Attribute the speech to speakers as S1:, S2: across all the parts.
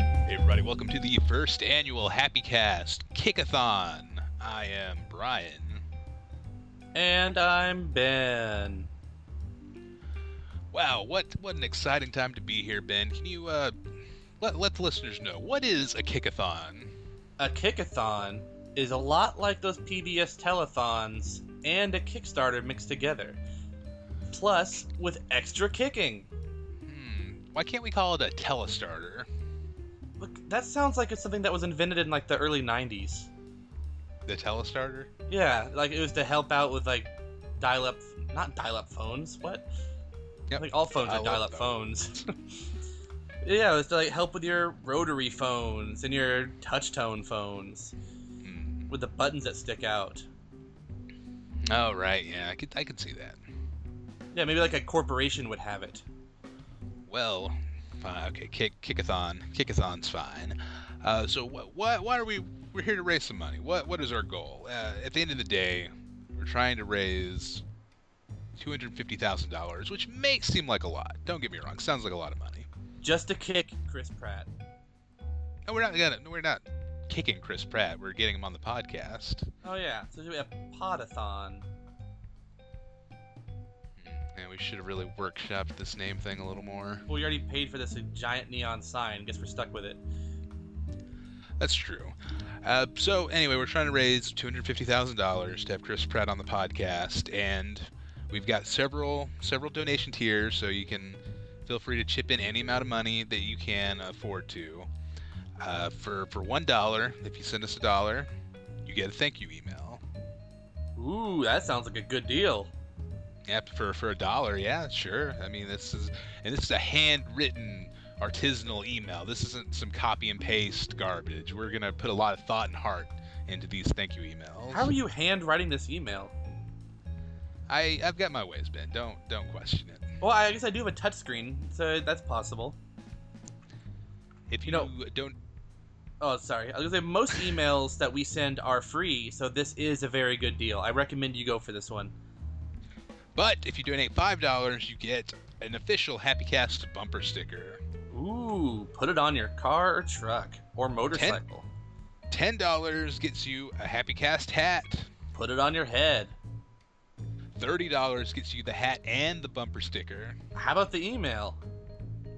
S1: everybody. Welcome to the first annual Happy Cast Kickathon. I am Brian.
S2: And I'm Ben.
S1: Wow, what what an exciting time to be here, Ben. Can you uh, let let the listeners know what is a kickathon?
S2: A kickathon is a lot like those PBS telethons and a Kickstarter mixed together, plus with extra kicking.
S1: Hmm, why can't we call it a telestarter?
S2: Look, that sounds like it's something that was invented in like the early '90s.
S1: The telestarter?
S2: Yeah, like it was to help out with like dial-up, not dial-up phones. What?
S1: Yep,
S2: Like all phones are
S1: dial-up
S2: dial-up phones. yeah, it was to like help with your rotary phones and your touch-tone phones
S1: Hmm.
S2: with the buttons that stick out.
S1: Oh right, yeah, I could I could see that.
S2: Yeah, maybe like a corporation would have it.
S1: Well, fine, okay, kick kickathon, kickathon's fine. Uh, so what why why are we we're here to raise some money? What what is our goal? Uh, at the end of the day, we're trying to raise two hundred fifty thousand dollars, which may seem like a lot. Don't get me wrong, sounds like a lot of money.
S2: Just to kick Chris Pratt.
S1: No, we're not gonna. No, we're not kicking Chris Pratt. We're getting him on the podcast,
S2: Oh yeah, so should be a podathon.
S1: and we should have really workshopped this name thing a little more.
S2: Well, we already paid for this giant neon sign. Guess we're stuck with it.
S1: That's true. Uh, so anyway, we're trying to raise two hundred fifty thousand dollars to have Chris Pratt on the podcast, and we've got several several donation tiers, so you can feel free to chip in any amount of money that you can afford to. Uh, for for one dollar, if you send us a dollar, you get a thank you email.
S2: Ooh, that sounds like a good deal.
S1: Yep, for for a dollar, yeah, sure. I mean, this is and this is a handwritten artisanal email. This isn't some copy and paste garbage. We're gonna put a lot of thought and heart into these thank you emails.
S2: How e- are you handwriting this email?
S1: I I've got my ways, Ben. Don't don't question it.
S2: Well, I guess I do have a touchscreen, so that's possible.
S1: If you,
S2: You know-
S1: don't,
S2: Oh, sorry. I was gonna say most emails that we send are free, so this is a very good deal. I recommend you go for this one.
S1: but if you donate five dollars, you get an official Happy Cast bumper sticker.
S2: Ooh, put it on your car or truck or motorcycle.
S1: Ten dollars gets you a Happy Cast hat.
S2: Put it on your head.
S1: Thirty dollars gets you the hat and the bumper sticker.
S2: How about the email?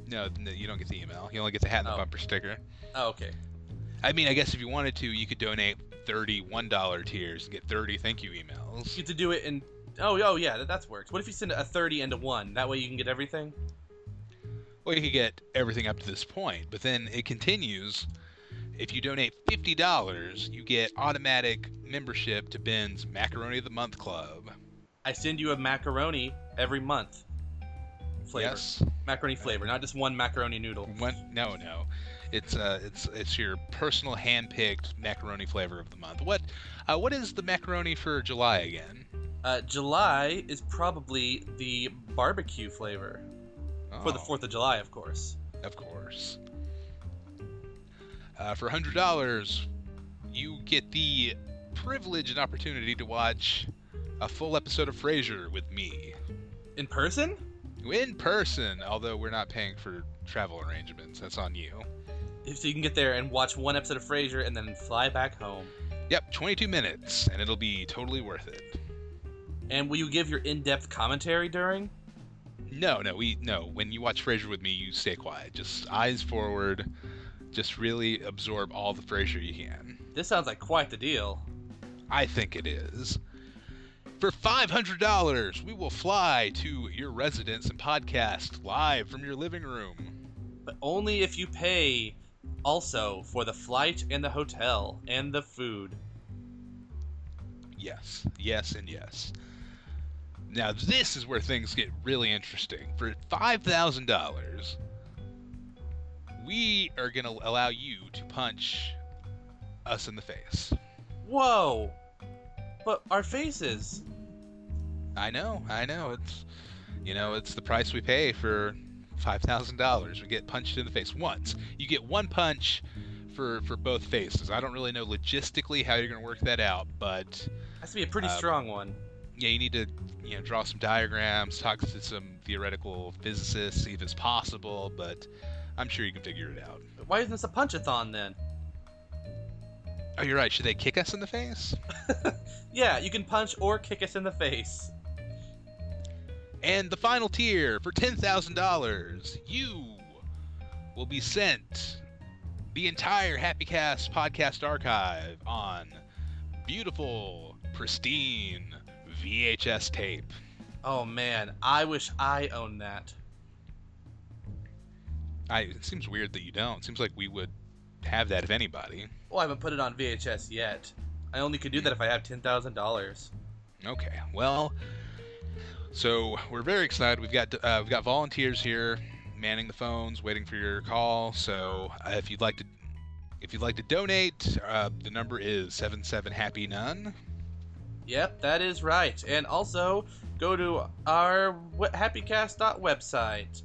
S1: No, no, you don't get the email. You only get the hat and the
S2: Oh.
S1: bumper sticker.
S2: Oh, okay.
S1: I mean, I guess if you wanted to, you could donate thirty-one dollar tiers and get thirty thank you emails.
S2: You have to do it in. Oh, oh yeah, that, that's worked. What if you send a 30 and a 1? That way you can get everything?
S1: Well, you could get everything up to this point, but then it continues. If you donate fifty dollars, you get automatic membership to Ben's Macaroni of the Month Club.
S2: I send you a macaroni every month. Flavor.
S1: Yes.
S2: Macaroni flavor, not just one macaroni noodle.
S1: One, no, no. It's uh, it's it's your personal hand-picked macaroni flavor of the month. What, uh, what is the macaroni for July again?
S2: Uh, July is probably the barbecue flavor. For the
S1: Oh.
S2: 4th of July, of course.
S1: Of course. Uh, for hundred dollars, you get the privilege and opportunity to watch a full episode of Frasier with me
S2: In person?
S1: in person. Although we're not paying for travel arrangements, that's on you.
S2: If so you can get there and watch one episode of Frasier and then fly back home.
S1: Yep, 22 minutes, and it'll be totally worth it.
S2: And will you give your in depth commentary during?
S1: No, no, we no. When you watch Frasier with me, you stay quiet, just eyes forward, just really absorb all the Frasier you can.
S2: This sounds like quite the deal.
S1: I think it is. For $500, we will fly to your residence and podcast live from your living room.
S2: But only if you pay also for the flight and the hotel and the food.
S1: Yes, yes, and yes. Now, this is where things get really interesting. For $5,000, we are going to allow you to punch us in the face.
S2: Whoa! But our faces.
S1: I know, I know. It's you know, it's the price we pay for five thousand dollars. We get punched in the face once. You get one punch for for both faces. I don't really know logistically how you're gonna work that out, but
S2: Has to be a pretty
S1: Um,
S2: strong one.
S1: yeah, you need to you know draw some diagrams, talk to some theoretical physicists, see if it's possible. But I'm sure you can figure it out.
S2: Why isn't this a punchathon then?
S1: Oh, you're right. Should they kick us in the face?
S2: Yeah, you can punch or kick us in the face.
S1: And the final tier for $10,000, you will be sent the entire Happy Cast podcast archive on beautiful, pristine VHS tape.
S2: Oh man, I wish I owned that.
S1: I, it seems weird that you don't. It seems like we would have that if anybody.
S2: Well, I haven't put it on VHS yet. I only could do that if I have ten thousand dollars.
S1: Okay. Well, so we're very excited. We've got uh, we've got volunteers here manning the phones, waiting for your call. So uh, if you'd like to if you'd like to donate, uh, the number is seven seven happy none.
S2: Yep, that is right. And also, go to our we- happycast.website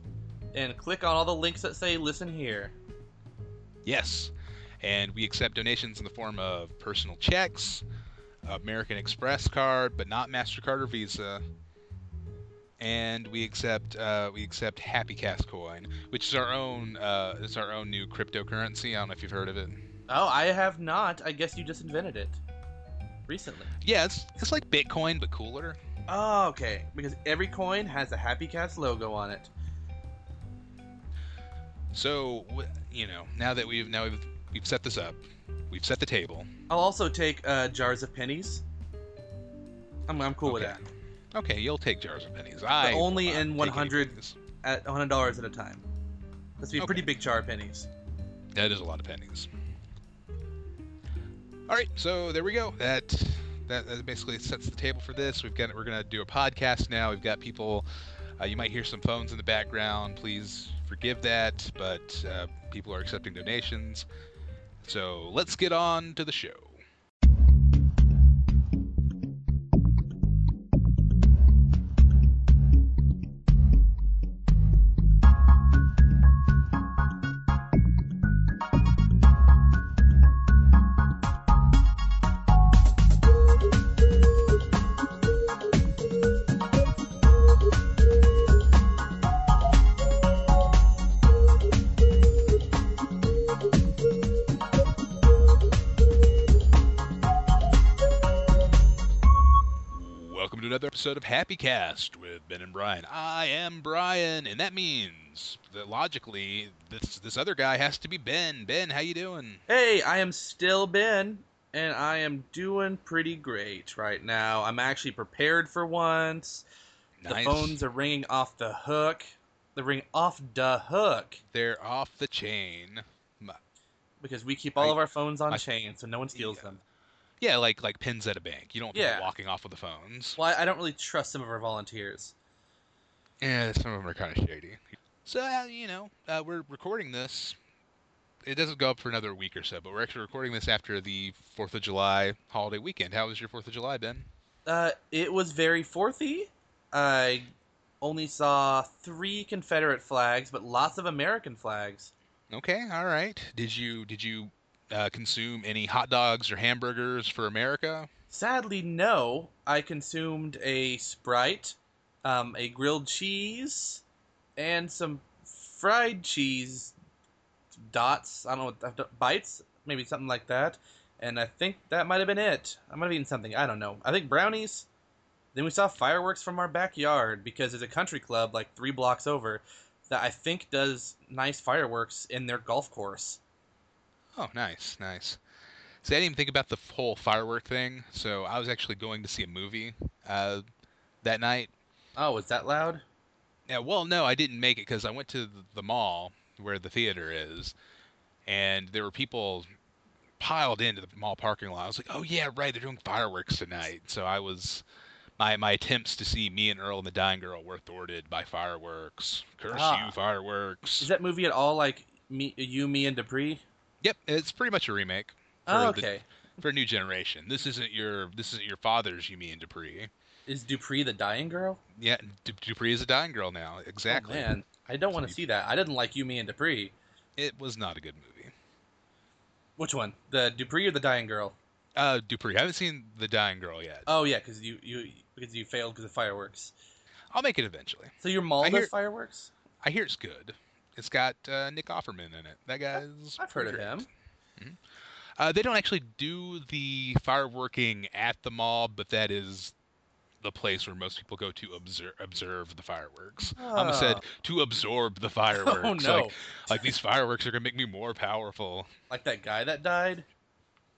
S2: and click on all the links that say listen here.
S1: Yes. And we accept donations in the form of personal checks, American Express card, but not MasterCard or Visa. And we accept uh, we accept HappyCast coin, which is our own uh, it's our own new cryptocurrency. I don't know if you've heard of it.
S2: Oh, I have not. I guess you just invented it. Recently.
S1: Yeah, it's, it's like Bitcoin but cooler.
S2: Oh, okay. Because every coin has a Happy Cast logo on it.
S1: So w- you know now that we've now we've, we've set this up, we've set the table.
S2: I'll also take uh, jars of pennies. I'm, I'm cool with
S1: Okay.
S2: that.
S1: Okay, you'll take jars of pennies. I will
S2: only
S1: not
S2: in
S1: take any
S2: 100
S1: pennies.
S2: At $100 at a time. That's be a pretty
S1: Okay.
S2: big jar of pennies.
S1: That is a lot of pennies. All right, so there we go. That that, that basically sets the table for this. We've got we're gonna do a podcast now. We've got people. Uh, you might hear some phones in the background. Please forgive that, but uh, people are accepting donations. So let's get on to the show. Welcome to another episode of Happy Cast with Ben and Brian. I am Brian, and that means that logically this this other guy has to be Ben. Ben, how you doing?
S2: Hey, I am still Ben, and I am doing pretty great right now. I'm actually prepared for once. The phones are ringing off the hook. They ring off the hook
S1: They're off the chain.
S2: because we keep all
S1: I-
S2: of our phones on
S1: I-
S2: chain, so no one steals
S1: Yeah.
S2: them.
S1: Yeah, like like pins at a bank. You don't want people
S2: Yeah.
S1: walking off with the phones.
S2: Well, I I don't really trust some of our volunteers.
S1: Yeah, some of them are kind of shady. So uh, you know, uh, we're recording this. It doesn't go up for another week or so, but we're actually recording this after the Fourth of July holiday weekend. How was your Fourth of July, Ben?
S2: Uh, it was very fourthy. I only saw three Confederate flags, but lots of American flags.
S1: Okay, all right. Did you did you uh, consume any hot dogs or hamburgers for America?
S2: Sadly, no. I consumed a Sprite, um, a grilled cheese, and some fried cheese dots. I don't know what that- that- bites, maybe something like that. And I think that might have been it. I might have eaten something. I don't know. I think brownies. Then we saw fireworks from our backyard because there's a country club like three blocks over that I think does nice fireworks in their golf course.
S1: Oh, nice, nice. See, I didn't even think about the f- whole firework thing. So I was actually going to see a movie uh, that night.
S2: Oh, was that loud?
S1: Yeah, well, no, I didn't make it because I went to th- the mall where the theater is, and there were people piled into the mall parking lot. I was like, "Oh yeah, right, they're doing fireworks tonight." So I was, my my attempts to see me and Earl and the Dying Girl were thwarted by fireworks. Curse
S2: Ah.
S1: you, fireworks!
S2: Is that movie at all like me, you, me, and Dupree?
S1: Yep, it's pretty much a remake
S2: Oh,
S1: For the-
S2: okay.
S1: for a new generation. This isn't your this isn't your father's Yumi and Dupree.
S2: Is Dupree the dying girl?
S1: Yeah, Du- Dupree is a dying girl now. Exactly.
S2: Oh, man, I don't want to
S1: So
S2: see that. I didn't like you, me, and Dupree.
S1: It was not a good movie.
S2: Which one? The Dupree or the dying girl?
S1: Uh, Dupree. I haven't seen The Dying Girl yet.
S2: Oh yeah, because you you because you failed because of fireworks.
S1: I'll make it evendoes.
S2: So your mall
S1: I
S2: does
S1: hear-
S2: fireworks?
S1: I hear it's good. It's got uh, Nick Offerman in it. That guy's.
S2: I've heard of
S1: great.
S2: him.
S1: Uh, they don't actually do the fireworking at the mall, but that is the place where most people go to observe observe the fireworks. I almost said to absorb the fireworks.
S2: Oh no!
S1: Like, like these fireworks are gonna make me more powerful.
S2: like that guy that died.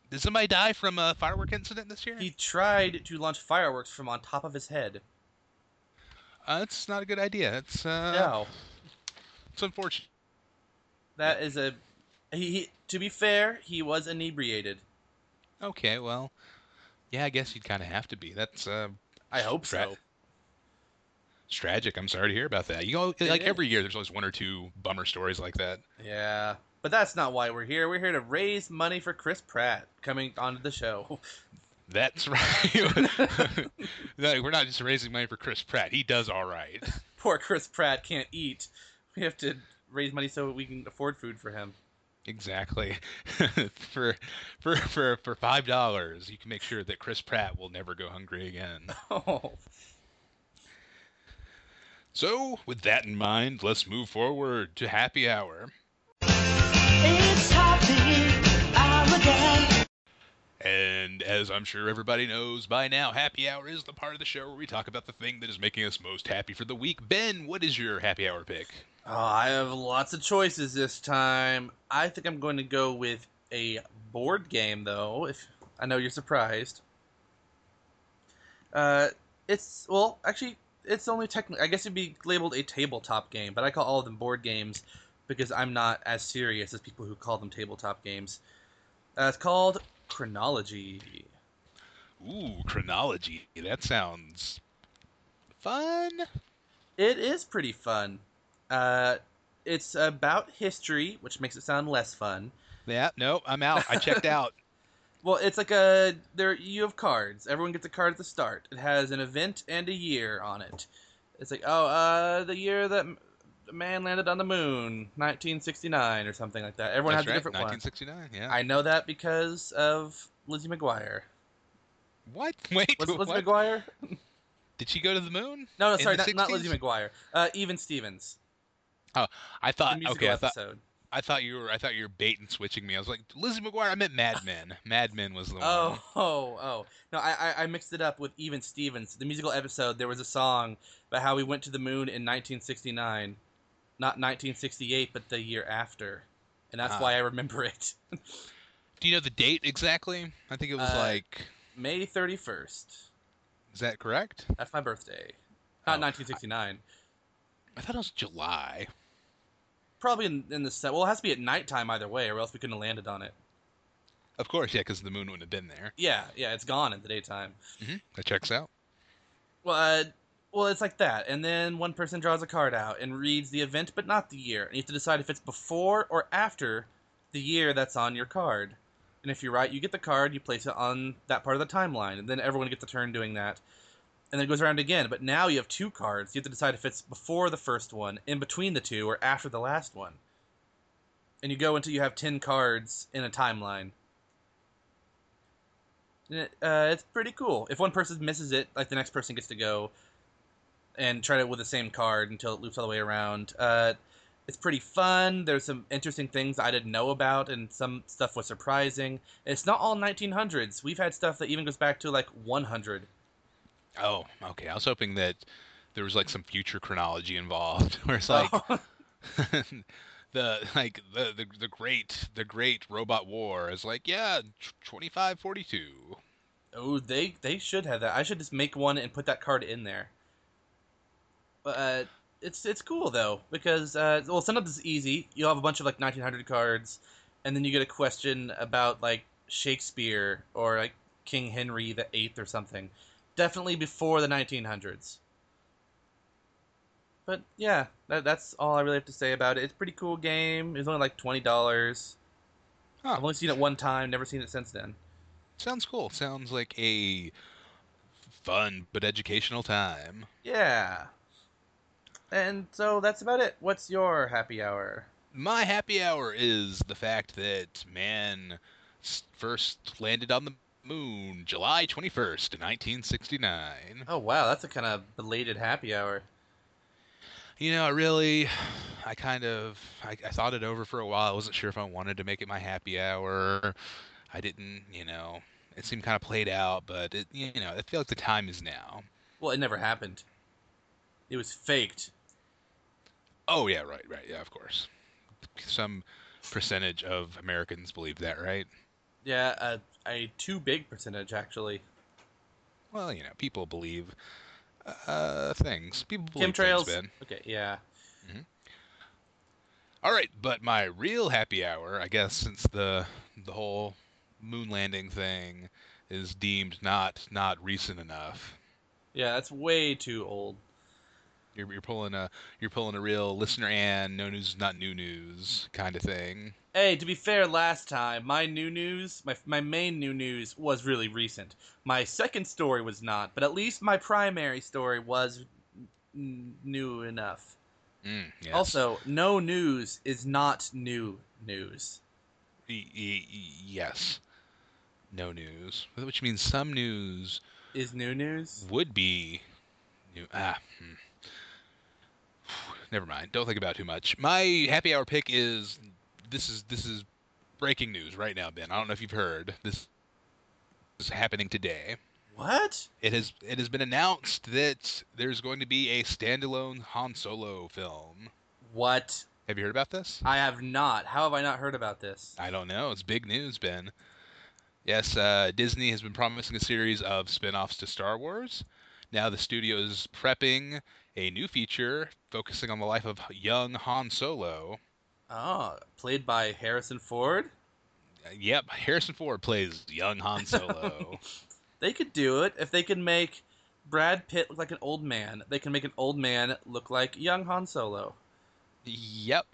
S1: Did somebody die from a firework incident this year?
S2: He tried to launch fireworks from on top of his head.
S1: Uh, that's not a good idea. That's uh,
S2: no,
S1: It's unfortunate.
S2: that is a. He, he to be fair, he was inebriated.
S1: Okay, well, yeah, I guess you'd kind of have to be. That's uh,
S2: I hope so.
S1: Right. it's tragic. I'm sorry to hear about that. You know,
S2: It
S1: like
S2: is.
S1: every year, there's always one or two bummer stories like that.
S2: Yeah, but that's not why we're here. We're here to raise money for Chris Pratt coming onto the show.
S1: That's right. no, we're not just raising money for Chris Pratt. He does all right.
S2: Poor Chris Pratt can't eat. We have to raise money so we can afford food for him.
S1: Exactly. for for for for five dollars, you can make sure that Chris Pratt will never go hungry again.
S2: Oh,
S1: So, with that in mind, let's move forward to happy hour.
S3: It's happy hour again.
S1: And as I'm sure everybody knows by now, happy hour is the part of the show where we talk about the thing that is making us most happy for the week. Ben, what is your happy hour pick?
S2: Oh, I have lots of choices this time. I think I'm going to go with a board game, though. If I know you're surprised, uh, it's well, actually, it's only technically. I guess it'd be labeled a tabletop game, but I call all of them board games because I'm not as serious as people who call them tabletop games. Uh, it's called Chronology.
S1: Ooh, chronology. That sounds fun.
S2: It is pretty fun. Uh, it's about history, which makes it sound less fun.
S1: Yeah, no, I'm out. I checked out.
S2: Well, it's like a there. You have cards. Everyone gets a card at the start. It has an event and a year on it. It's like oh, uh, the year that m- man landed on the moon, 1969 or something like that. Everyone
S1: That's
S2: has
S1: right,
S2: a different one.
S1: 1969. Yeah.
S2: I know that because of Lizzie McGuire.
S1: What? Wait.
S2: Was it Lizzie
S1: what?
S2: McGuire?
S1: Did she go to the moon?
S2: No, no,
S1: the
S2: sorry, not, not
S1: 60s?
S2: Lizzie McGuire. Uh, Even Stevens.
S1: I
S2: The
S1: thought. Uh,
S2: musical
S1: Okay, I thought.
S2: episode.
S1: I thought you were. I thought you were bait and switching me. I was like Lizzie McGuire. I meant Mad Men. Mad Men was the one.
S2: Oh, oh, oh. No, I, I, I mixed it up with Even Stevens. The musical episode, there was a song about how we went to the moon in 1969. Not 1968, but the year after. And that's
S1: Ah.
S2: why I remember it.
S1: Do you know the date exactly? I think it was
S2: Uh,
S1: like.
S2: May 31st.
S1: Is that correct?
S2: That's my birthday. Not
S1: Oh,
S2: 1969.
S1: I thought it was July.
S2: Probably in, in the set. Well, it has to be at nighttime either way, or else we couldn't have landed on it.
S1: Of course, yeah, because the moon wouldn't have been there.
S2: Yeah, yeah, it's gone in the daytime.
S1: hmm That checks out.
S2: Well, uh, well, it's like that, and then one person draws a card out and reads the event, but not the year, and you have to decide if it's before or after the year that's on your card. And if you're right, you get the card, you place it on that part of the timeline, and then everyone gets a turn doing that. And then it goes around again, but now you have two cards. You have to decide if it's before the first one, in between the two, or after the last one. And you go until you have ten cards in a timeline. And it, uh, it's pretty cool. If one person misses it, like the next person gets to go and try it with the same card until it loops all the way around. Uh, it's pretty fun. There's some interesting things I didn't know about, and some stuff was surprising. It's not all 1900s. We've had stuff that even goes back to like 100.
S1: Oh, okay. I was hoping that there was like some future chronology involved, where it's like
S2: Oh.
S1: the like the, the the great the great robot war is like yeah, twenty five forty two.
S2: Oh, they they should have that. I should just make one and put that card in there. But uh, it's it's cool though because uh, well, sometimes it's easy. You'll have a bunch of like 1900 cards, and then you get a question about like Shakespeare or like King Henry the Eighth or something. Definitely before the 1900s. But yeah, that, that's all I really have to say about it. It's a pretty cool game. It was only like twenty dollars.
S1: Huh.
S2: I've only seen it one time. Never seen it since then.
S1: Sounds cool. Sounds like a fun but educational time.
S2: Yeah. And so that's about it. What's your happy hour?
S1: My happy hour is the fact that man s- first landed on the moon July 21st, 1969.
S2: Oh wow, that's a kind of belated happy hour.
S1: you know, I really, I kind of, I, I thought it over for a while. I wasn't sure if I wanted to make it my happy hour. I didn't, you know, it seemed kind of played out, but it, you know, I feel like the time is now.
S2: Well, it never happened. It was faked.
S1: Oh yeah, right, right, yeah, of course. Some percentage of Americans believe that, right?
S2: Yeah, uh, a too big percentage actually.
S1: Well, you know, people believe uh, things. People believe
S2: Chemtrails.
S1: things, Ben.
S2: Okay, yeah.
S1: All right, but my real happy hour, I guess, since the the whole moon landing thing is deemed not not recent enough.
S2: Yeah, that's way too old.
S1: You're, you're pulling a you're pulling a real listener and no news is not new news kind of thing.
S2: Hey, to be fair, last time my new news, my my main new news was really recent. My second story was not, but at least my primary story was n- new enough.
S1: Mm, yes.
S2: Also, no news is not new news.
S1: Y- y- y- yes, no news, which means some news
S2: Is new news?
S1: would be new. Ah, hmm. never mind. Don't think about it too much. My happy hour pick is this is this is breaking news right now, Ben. I don't know if you've heard this is happening today.
S2: What?
S1: It has it has been announced that there's going to be a standalone Han Solo film.
S2: What?
S1: Have you heard about this?
S2: I have not. How have I not heard about this?
S1: I don't know. It's big news, Ben. Yes, uh, Disney has been promising a series of spin offs to Star Wars. Now the studio is prepping a new feature focusing on the life of young Han Solo.
S2: Oh, played by Harrison Ford.
S1: Uh, Yep, Harrison Ford plays young Han Solo.
S2: They could do it if they could make Brad Pitt look like an old man. They can make an old man look like young Han Solo.
S1: yep.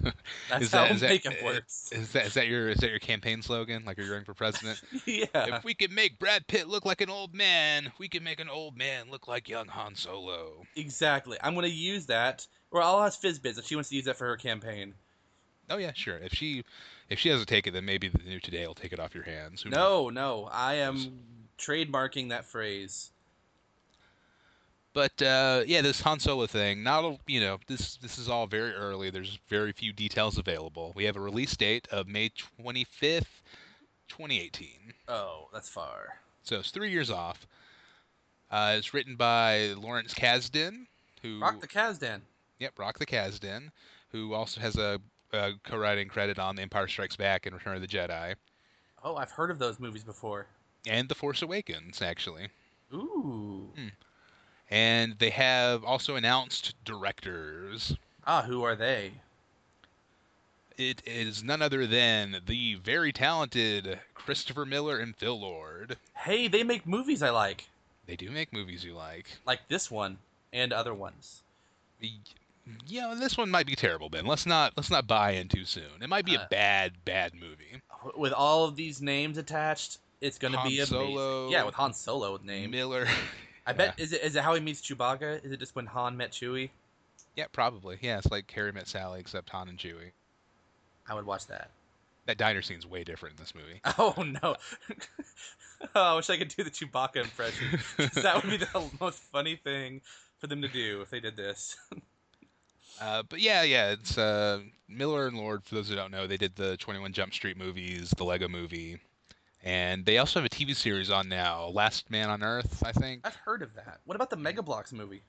S2: That's
S1: Is
S2: how
S1: that- is that-
S2: makeup
S1: uh,
S2: works.
S1: Is that is that your is that your campaign slogan? Like you're running for president?
S2: yeah.
S1: if we can make Brad Pitt look like an old man, we can make an old man look like young Han Solo.
S2: Exactly. I'm gonna use that, or I'll ask Fizzbiz if she wants to use that for her campaign.
S1: Oh yeah, sure. If she if she doesn't take it, then maybe the new today will take it off your hands. Who knows?
S2: No, no, I am trademarking that phrase.
S1: But uh, yeah, this Han Solo thing. Not a, you know this this is all very early. There's very few details available. We have a release date of May 25th, 2018.
S2: Oh, that's far.
S1: So it's three years off. Uh, it's written by Lawrence Kasdan, who
S2: Rock the Kazdan.
S1: Yep, Rock the Kazdan, who also has a, a co-writing credit on The Empire Strikes Back and Return of the Jedi,
S2: Oh, I've heard of those movies before.
S1: and The Force Awakens, actually.
S2: Ooh.
S1: And they have also announced directors.
S2: Ah, who are they?
S1: It is none other than the very talented Christopher Miller and Phil Lord.
S2: Hey, they make movies I like,
S1: They do make movies you like.
S2: like this one and other ones.
S1: Y- Yeah, this one might be terrible, Ben. Let's not let's not buy in too soon. It might be
S2: Uh,
S1: a bad bad movie.
S2: With all of these names attached, it's gonna
S1: Han
S2: be amazing.
S1: Solo.
S2: Yeah, with Han Solo name.
S1: Miller.
S2: I bet is it is it how he meets Chewbacca? Is it just when Han met Chewie?
S1: Yeah, probably. Yeah, it's like Harry Met Sally except Han and Chewie.
S2: I would watch that.
S1: That diner scene's way different in this movie.
S2: Oh no! oh, I wish I could do the Chewbacca impression. 'Cause that would be the most funny thing for them to do if they did this.
S1: Uh, but yeah, yeah, it's uh, Miller and Lord. For those who don't know, they did the 21 Jump Street movies, the Lego Movie, and they also have a TV series on now, Last Man on Earth, I think.
S2: I've heard of that. What about the
S1: Hmm.
S2: Mega Bloks movie?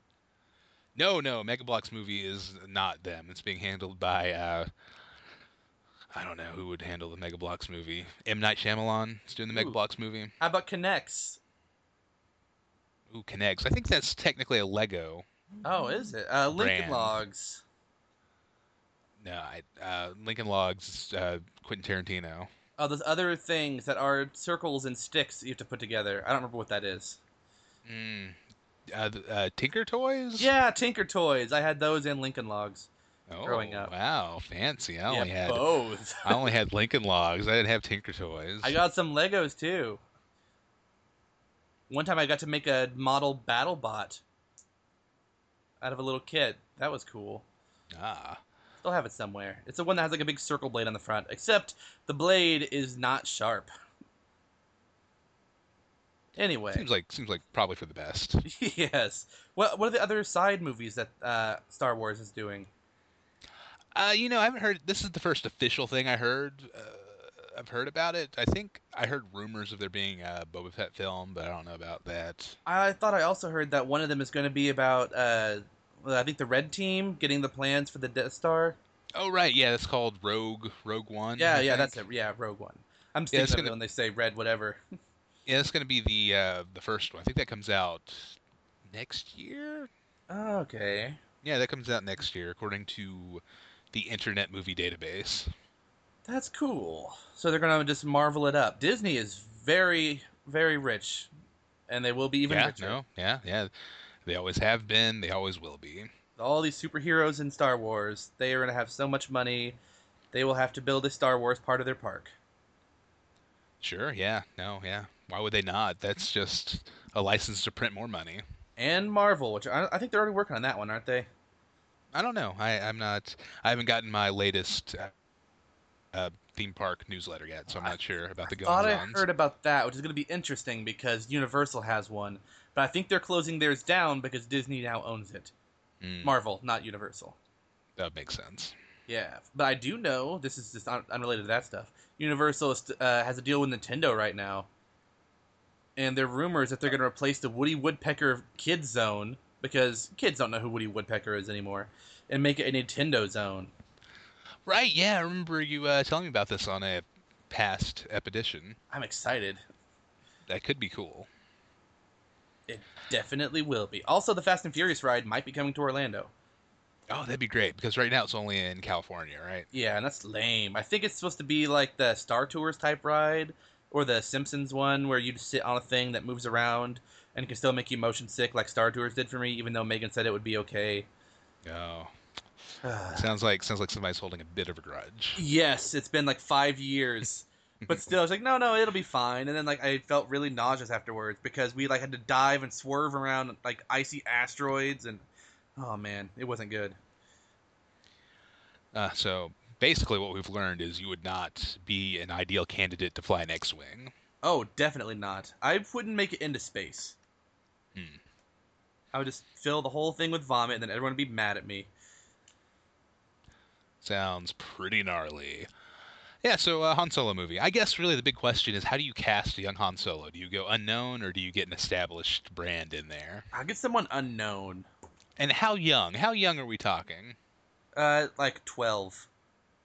S1: No, no, Megablox movie is not them. It's being handled by uh, I don't know who would handle the Megablox movie. M Night Shyamalan is doing the
S2: Ooh.
S1: Megablox movie.
S2: How about Connects?
S1: Who connects? I think that's technically a Lego.
S2: Oh, is it? Uh, Lincoln
S1: Mm. Brand.
S2: Logs.
S1: No, I, uh, Lincoln Logs, uh, Quentin Tarantino.
S2: Oh, those other things that are circles and sticks that you have to put together. I don't remember what that is.
S1: Mm. Uh, th- uh, Tinker Toys?
S2: Yeah, Tinker Toys. I had those and Lincoln Logs.
S1: oh,
S2: growing up.
S1: Wow, fancy. I
S2: yeah,
S1: only had
S2: both.
S1: I only had Lincoln Logs. I didn't have Tinker Toys.
S2: I got some Legos too. One time I got to make a model BattleBot out of a little kit. That was cool.
S1: ah.
S2: Still have it somewhere. It's the one that has like a big circle blade on the front, except the blade is not sharp. Anyway,
S1: Seems like seems like probably for the best.
S2: yes. What what are the other side movies that uh, Star Wars is doing?
S1: Uh, you know, I haven't heard. This is the first official thing I heard. Uh, I've heard about it. I think I heard rumors of there being a Boba Fett film, but I don't know about that.
S2: I thought I also heard that one of them is going to be about uh, well, I think the Red Team getting the plans for the Death Star.
S1: Oh right, yeah, that's called Rogue Rogue One.
S2: Yeah,
S1: I
S2: yeah,
S1: think.
S2: that's it. Yeah, Rogue One. I'm
S1: Yeah,
S2: thinking
S1: it's
S2: of
S1: gonna-
S2: it when they say red, whatever.
S1: Yeah, that's gonna be the uh, the first one. I think that comes out next year.
S2: okay.
S1: Yeah, that comes out next year, according to the Internet Movie Database.
S2: That's cool. So they're gonna just marvel it up. Disney is very, very rich, and they will be even
S1: yeah,
S2: richer.
S1: no, yeah, yeah. They always have been. They always will be.
S2: All these superheroes in Star Wars, they are gonna have so much money, they will have to build a Star Wars part of their park.
S1: Sure. Yeah. No. Yeah. Why would they not? That's just a license to print more money.
S2: And Marvel, which I, I think they're already working on that one, aren't they?
S1: I don't know. I, I'm not. I haven't gotten my latest uh, uh, theme park newsletter yet, so I'm
S2: I-
S1: not sure about the
S2: I
S1: goings
S2: thought I
S1: ons.
S2: heard about that, which is going to be interesting because Universal has one, but I think they're closing theirs down because Disney now owns it.
S1: Mm,
S2: Marvel, not Universal.
S1: that makes sense.
S2: Yeah, but I do know this is just un- unrelated to that stuff. Universal is, uh, has a deal with Nintendo right now, and there are rumors that they're going to replace the Woody Woodpecker Kids Zone because kids don't know who Woody Woodpecker is anymore, and make it a Nintendo Zone.
S1: Right. Yeah. I remember you uh, telling me about this on a past expedition.
S2: I'm excited.
S1: That could be cool.
S2: It definitely will be. Also, the Fast and Furious ride might be coming to Orlando.
S1: Oh, that'd be great because right now it's only in California, right?
S2: Yeah, and that's lame. I think it's supposed to be like the Star Tours type ride or the Simpsons one where you just sit on a thing that moves around and can still make you motion sick like Star Tours did for me, even though Megan said it would be okay.
S1: Oh,
S2: Ah.
S1: sounds like sounds like somebody's holding a bit of a grudge.
S2: yes, it's been like five years. But still, I was like, no, no, it'll be fine. And then, like, I felt really nauseous afterwards because we like had to dive and swerve around like icy asteroids, and oh man, it wasn't good.
S1: Uh, so basically, what we've learned is you would not be an ideal candidate to fly an X-wing.
S2: Oh, definitely not. I wouldn't make it into space.
S1: Hmm.
S2: I would just fill the whole thing with vomit, and then everyone would be mad at me.
S1: Sounds pretty gnarly. Yeah, so uh, Han Solo movie. I guess really the big question is how do you cast a young Han Solo? Do you go unknown or do you get an established brand in there?
S2: I'll get someone unknown,
S1: And how young? How young are we talking?
S2: uh, like twelve.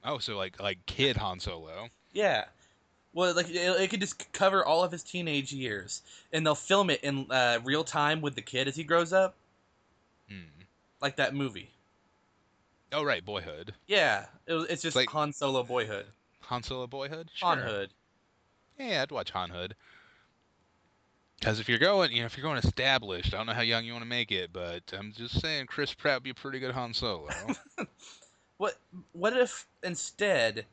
S1: Oh, so like like kid Han Solo.
S2: Yeah. Well, like it, it could just c- cover all of his teenage years, and they'll film it in uh, real time with the kid as he grows up,
S1: Hmm.
S2: like that movie.
S1: Oh right, Boyhood.
S2: Yeah, it, was- it's just
S1: Like-
S2: Han Solo boyhood,
S1: Han Solo Boyhood. Sure.
S2: Han Hood.
S1: Yeah, I'd watch Han Hood. Because if you're going, you know, if you're going established, I don't know how young you want to make it, but I'm just saying Chris Pratt would be a pretty good Han Solo.
S2: What What if instead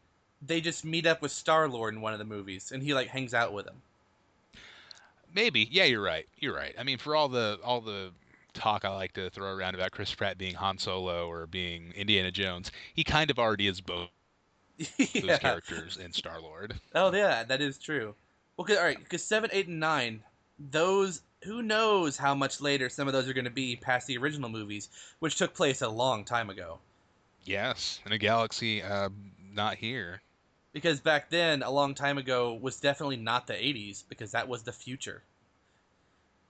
S2: they just meet up with Star Lord in one of the movies, and he like hangs out with him?
S1: Maybe. Yeah, you're right. You're right. I mean, for all the all the talk I like to throw around about Chris Pratt being Han Solo or being Indiana Jones, he kind of already is both those
S2: yeah.
S1: characters in Star Lord.
S2: Oh yeah, that is true. Well, 'cause- all right, because seven, eight, and nine, those who knows how much later some of those are going to be past the original movies, which took place a long time ago.
S1: Yes, in a galaxy uh, not here.
S2: Because back then, a long time ago was definitely not the '80s because that was the future.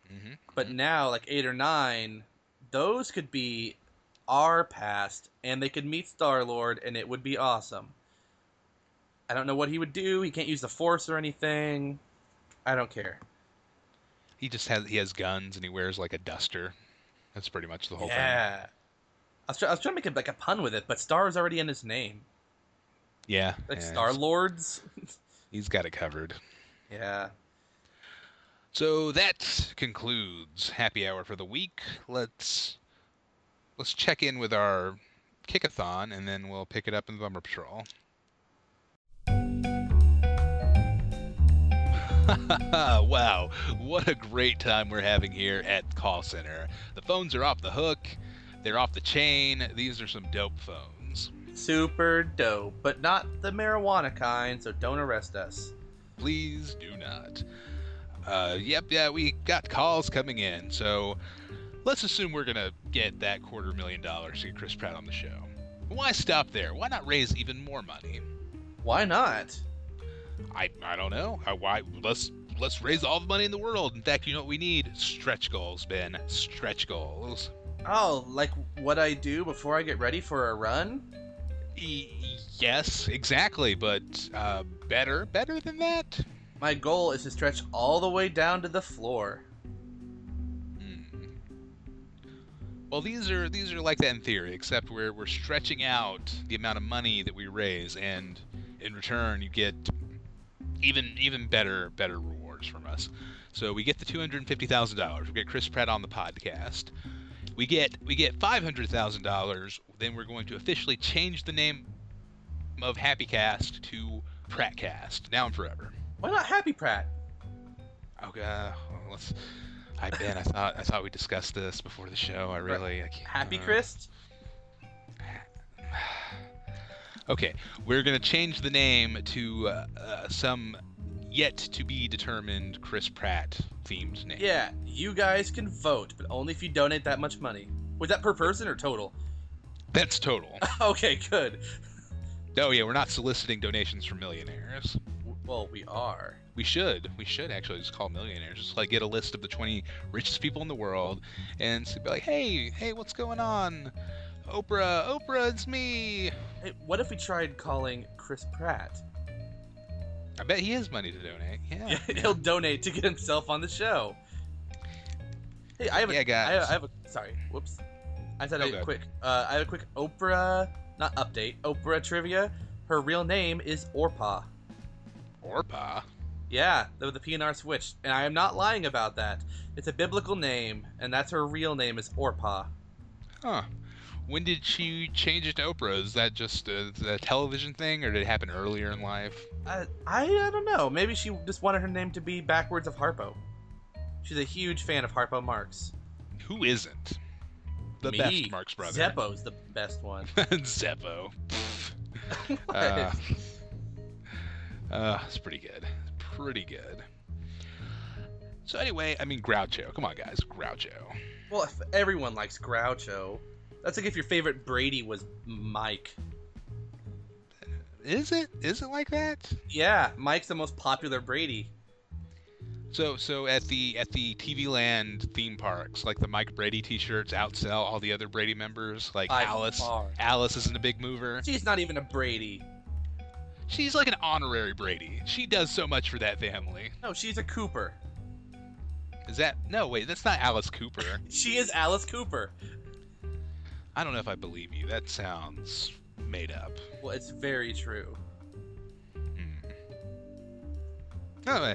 S1: hmm
S2: But now, like eight or nine, those could be our past, and they could meet Star Lord, and it would be awesome. I don't know what he would do. He can't use the Force or anything. I don't care.
S1: He just has he has guns and he wears like a duster. That's pretty much the whole thing.
S2: yeah. I was, try- I was trying to make a, like a pun with it, but Star is already in his name.
S1: Yeah.
S2: Like
S1: yeah,
S2: Star
S1: he's-
S2: Lords.
S1: he's got it covered.
S2: yeah.
S1: So that concludes happy hour for the week. Let's let's check in with our kickathon and then we'll pick it up in the bumper patrol. wow, what a great time we're having here at call center. The phones are off the hook. They're off the chain. These are some dope phones.
S2: Super dope, but not the marijuana kind, so don't arrest us.
S1: Please do not. Uh, yep, yeah, we got calls coming in, so let's assume we're gonna get that quarter million dollars to get Chris Pratt on the show. Why stop there? Why not raise even more money?
S2: Why not?
S1: I I don't know. I, why let's let's raise all the money in the world. In fact, you know what we need? Stretch goals, Ben. Stretch goals.
S2: Oh, like what I do before I get ready for a run?
S1: E- yes, exactly. But uh, better, better than that.
S2: My goal is to stretch all the way down to the floor.
S1: Hmm. Well, these are these are like that in theory, except we're we're stretching out the amount of money that we raise, and in return you get even even better better rewards from us. So we get the two hundred and fifty thousand dollars. We get Chris Pratt on the podcast. We get we get five hundred thousand dollars. Then we're going to officially change the name of Happy Cast to Prattcast now and forever.
S2: Why not Happy Pratt?
S1: Okay, uh, let's. I Ben, I thought I thought we discussed this before the show. I really I can't.
S2: Happy
S1: uh,
S2: Chris?
S1: Okay, we're gonna change the name to uh, uh, some yet to be determined Chris Pratt themed name.
S2: Yeah, you guys can vote, but only if you donate that much money. Was that per person or total?
S1: that's total.
S2: Okay, good.
S1: oh yeah, we're not soliciting donations from millionaires.
S2: W- Well, we are.
S1: We should. We should actually just call millionaires. Just like get a list of the 20 richest people in the world and s- be like, hey, hey, what's going on? Oprah, Oprah, it's me.
S2: Hey, what if we tried calling Chris Pratt?
S1: I bet he has money to donate. Yeah.
S2: He'll donate to get himself on the show. Hey, I have a,
S1: Yeah, guys.
S2: I have, I have a sorry. Whoops. I said I
S1: Okay.
S2: a quick. Uh, I have a quick Oprah, not update. Oprah trivia. Her real name is Orpa.
S1: Orpa.
S2: Yeah, the, the PNR switch, and I am not lying about that. It's a biblical name, and that's her real name is Orpa.
S1: Huh. When did she change it to Oprah? Is that just a, a television thing, or did it happen earlier in life?
S2: I, I I don't know. Maybe she just wanted her name to be backwards of Harpo. She's a huge fan of Harpo Marx.
S1: Who isn't? The
S2: Me,
S1: best Marx brother.
S2: Zeppo's the best one.
S1: Zeppo. Pfft. Uh, uh, it's pretty good. It's pretty good. So anyway, I mean Groucho. Come on, guys, Groucho.
S2: Well, if everyone likes Groucho, that's like if your favorite Brady was Mike.
S1: Is it? Is it like that?
S2: Yeah, Mike's the most popular Brady.
S1: So so at the at the TV Land theme parks, like the Mike Brady T-shirts outsell all the other Brady members. Like
S2: by
S1: Alice.
S2: far.
S1: Alice isn't a big mover.
S2: She's not even a Brady.
S1: She's like an honorary Brady. She does so much for that family.
S2: No, she's a Cooper.
S1: Is that no? Wait, that's not Alice Cooper.
S2: She is Alice Cooper.
S1: I don't know if I believe you. That sounds made up. Hmm.
S2: Well, it's very true.
S1: Anyway,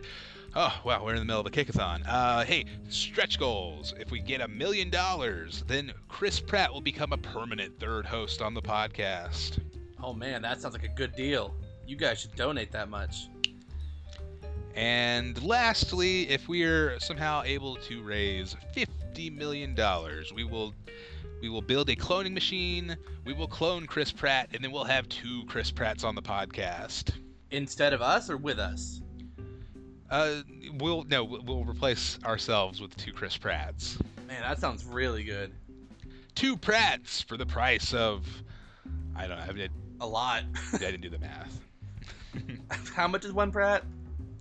S1: oh wow, we're in the middle of a kickathon. Uh, hey, stretch goals. If we get a million dollars, then Chris Pratt will become a permanent third host on the podcast.
S2: Oh man, that sounds like a good deal. You guys should donate that much.
S1: And lastly, if we're somehow able to raise fifty million dollars, we will we will build a cloning machine. We will clone Chris Pratt, and then we'll have two Chris Pratts on the podcast.
S2: Instead of us or with us?
S1: Uh, we'll no, we'll we'll replace ourselves with two Chris Pratts.
S2: Man, that sounds really good.
S1: Two Pratts for the price of I don't know. I, did,
S2: A lot.
S1: I didn't do the math.
S2: How much is one Pratt?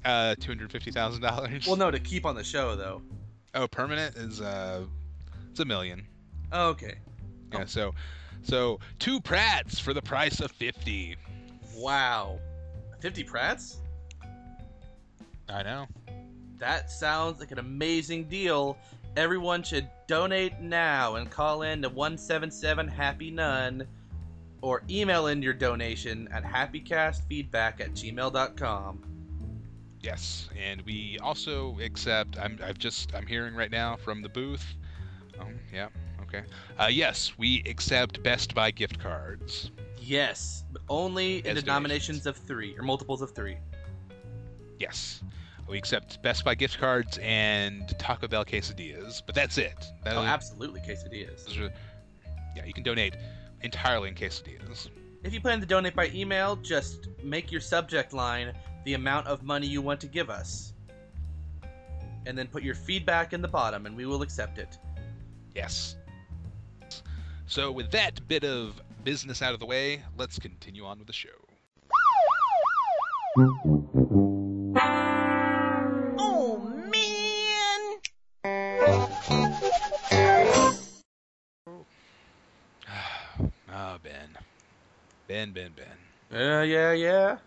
S1: Uh, two hundred fifty thousand dollars.
S2: Well, no, to keep on the show though.
S1: Oh, permanent is uh, it's a million.
S2: Okay.
S1: Yeah. So, so two Pratts for the price of fifty.
S2: Wow. 50 Pratts?
S1: I know.
S2: That sounds like an amazing deal. Everyone should donate now and call in to 177 Happy Nun or email in your donation at happycastfeedback at gmail.com.
S1: Yes, and we also accept. I'm. I've just. I'm hearing right now from the booth. Oh, yeah. Okay. Uh, yes, we accept Best Buy gift cards.
S2: Yes, but only in
S1: Yes,
S2: denominations of three or multiples of three.
S1: Yes. We accept Best Buy gift cards and Taco Bell quesadillas, but that's it. That-
S2: Oh, absolutely, quesadillas.
S1: those are- yeah, you can donate entirely in quesadillas.
S2: If you plan to donate by email, just make your subject line the amount of money you want to give us. and then put your feedback in the bottom, and we will accept it.
S1: Yes. So, with that bit of business out of the way, let's continue on with the show.
S3: Oh man!
S1: Ah, Ben. Ben, Ben, Ben.
S2: Yeah, yeah, yeah.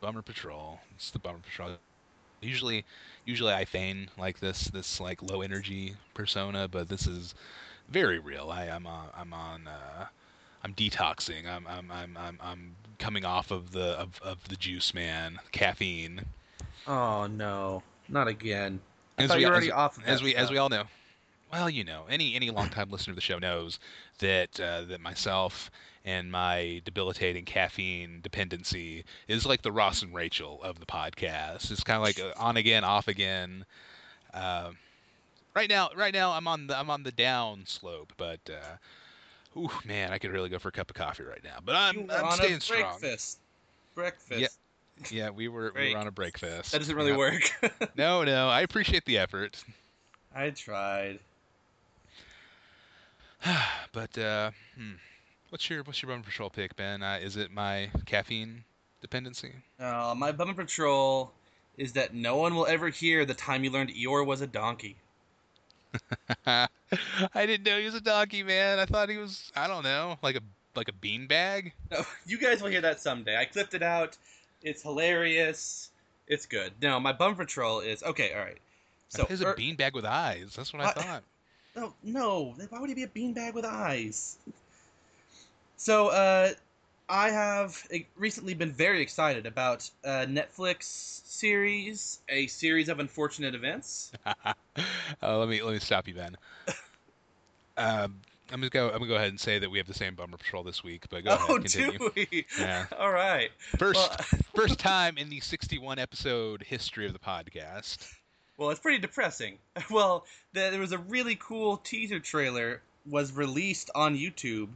S1: Bummer Patrol. It's the Bummer Patrol. Usually, usually I feign like this, this like low energy persona, but this is very real. I, I'm on, I'm on, uh, I'm detoxing. I'm, I'm, I'm, I'm, I'm coming off of the of, of the juice, man. Caffeine.
S2: Oh no, not again. I
S1: As
S2: thought
S1: we-
S2: you were
S1: as
S2: already
S1: we-
S2: off. Of
S1: as
S2: that
S1: we as
S2: stuff.
S1: we all know well you know any any longtime listener to the show knows that uh, that myself and my debilitating caffeine dependency is like the ross and rachel of the podcast it's kind of like uh, on again off again Um right now right now i'm on the i'm on the down slope but uh Ooh, man, I could really go for a cup of coffee right now, but
S2: You
S1: I'm,
S2: were
S1: I'm
S2: on a
S1: staying strong.
S2: breakfast. Breakfast.
S1: Yeah, Yeah, we were we
S2: Break.
S1: were on a breakfast.
S2: that doesn't really
S1: Yeah.
S2: work.
S1: No, no, I appreciate the effort.
S2: I tried.
S1: but uh, hmm. what's your what's your bum patrol pick, Ben? Uh, is it my caffeine dependency?
S2: Uh, my bummer patrol is that no one will ever hear the time you learned Eeyore was a donkey.
S1: I didn't know he was a donkey, man. I thought he was I don't know, like a like a bean bag.
S2: No, you guys will hear that someday. I clipped it out. It's hilarious. It's good. No, my bum patrol is okay. All right. So
S1: he's a
S2: er-
S1: bean bag with eyes. That's what I
S2: I-
S1: thought.
S2: No, no. Why would he be a beanbag with eyes? So, uh, I have eh, recently been very excited about a Netflix series, a series of unfortunate events.
S1: uh, let me let me stop you, Ben. Um, I'm gonna go. I'm gonna go ahead and say that we have the same bummer patrol this week. But go
S2: oh,
S1: ahead, continue.
S2: do we?
S1: Yeah.
S2: All right.
S1: First,
S2: Well,
S1: first time in the 61 episode history of the podcast.
S2: well, it's pretty depressing. Well, the, there was a really cool teaser trailer was released on YouTube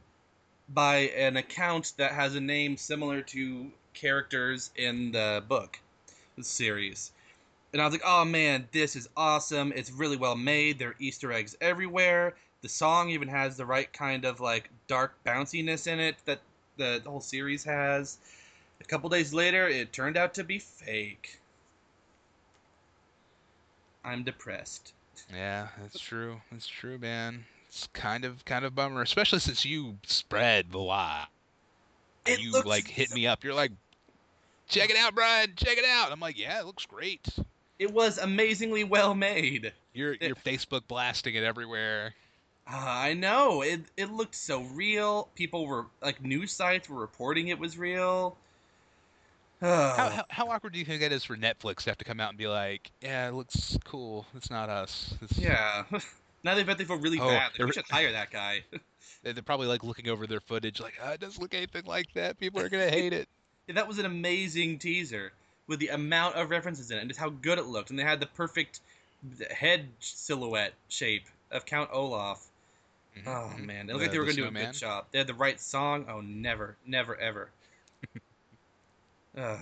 S2: by an account that has a name similar to characters in the book, the series. And I was like, oh man, this is awesome. It's really well made. There are Easter eggs everywhere. The song even has the right kind of like dark bounciness in it that the, the whole series has. A couple days later, it turned out to be fake. I'm depressed.
S1: Yeah, that's true. That's true, man. It's kind of kind of bummer, especially since you spread the lie.
S2: It
S1: you
S2: looks-
S1: like hit me up. You're like, check it out, Brian. Check it out. I'm like, yeah, it looks great.
S2: It was amazingly well made.
S1: You're
S2: Yeah.
S1: you're Facebook blasting it everywhere.
S2: Ah, I know. It it looked so real. People were like news sites were reporting it was real. Oh.
S1: How, how how awkward do you think that is for Netflix to have to come out and be like, yeah, it looks cool. It's not us. It's,
S2: yeah. now they bet they feel really
S1: Oh,
S2: bad. Like,
S1: they're-
S2: we should hire that guy.
S1: They- They're probably like looking over their footage, like, oh, it doesn't look anything like that. People are gonna hate it.
S2: that was an amazing teaser with the amount of references in it and just how good it looked. And they had the perfect head silhouette shape of Count Olaf. Oh
S1: Mhm.
S2: man, it looked like
S1: The-
S2: they were
S1: the
S2: going to do a
S1: snowman?
S2: good job. They had the right song. Oh, never, never, ever. Ugh.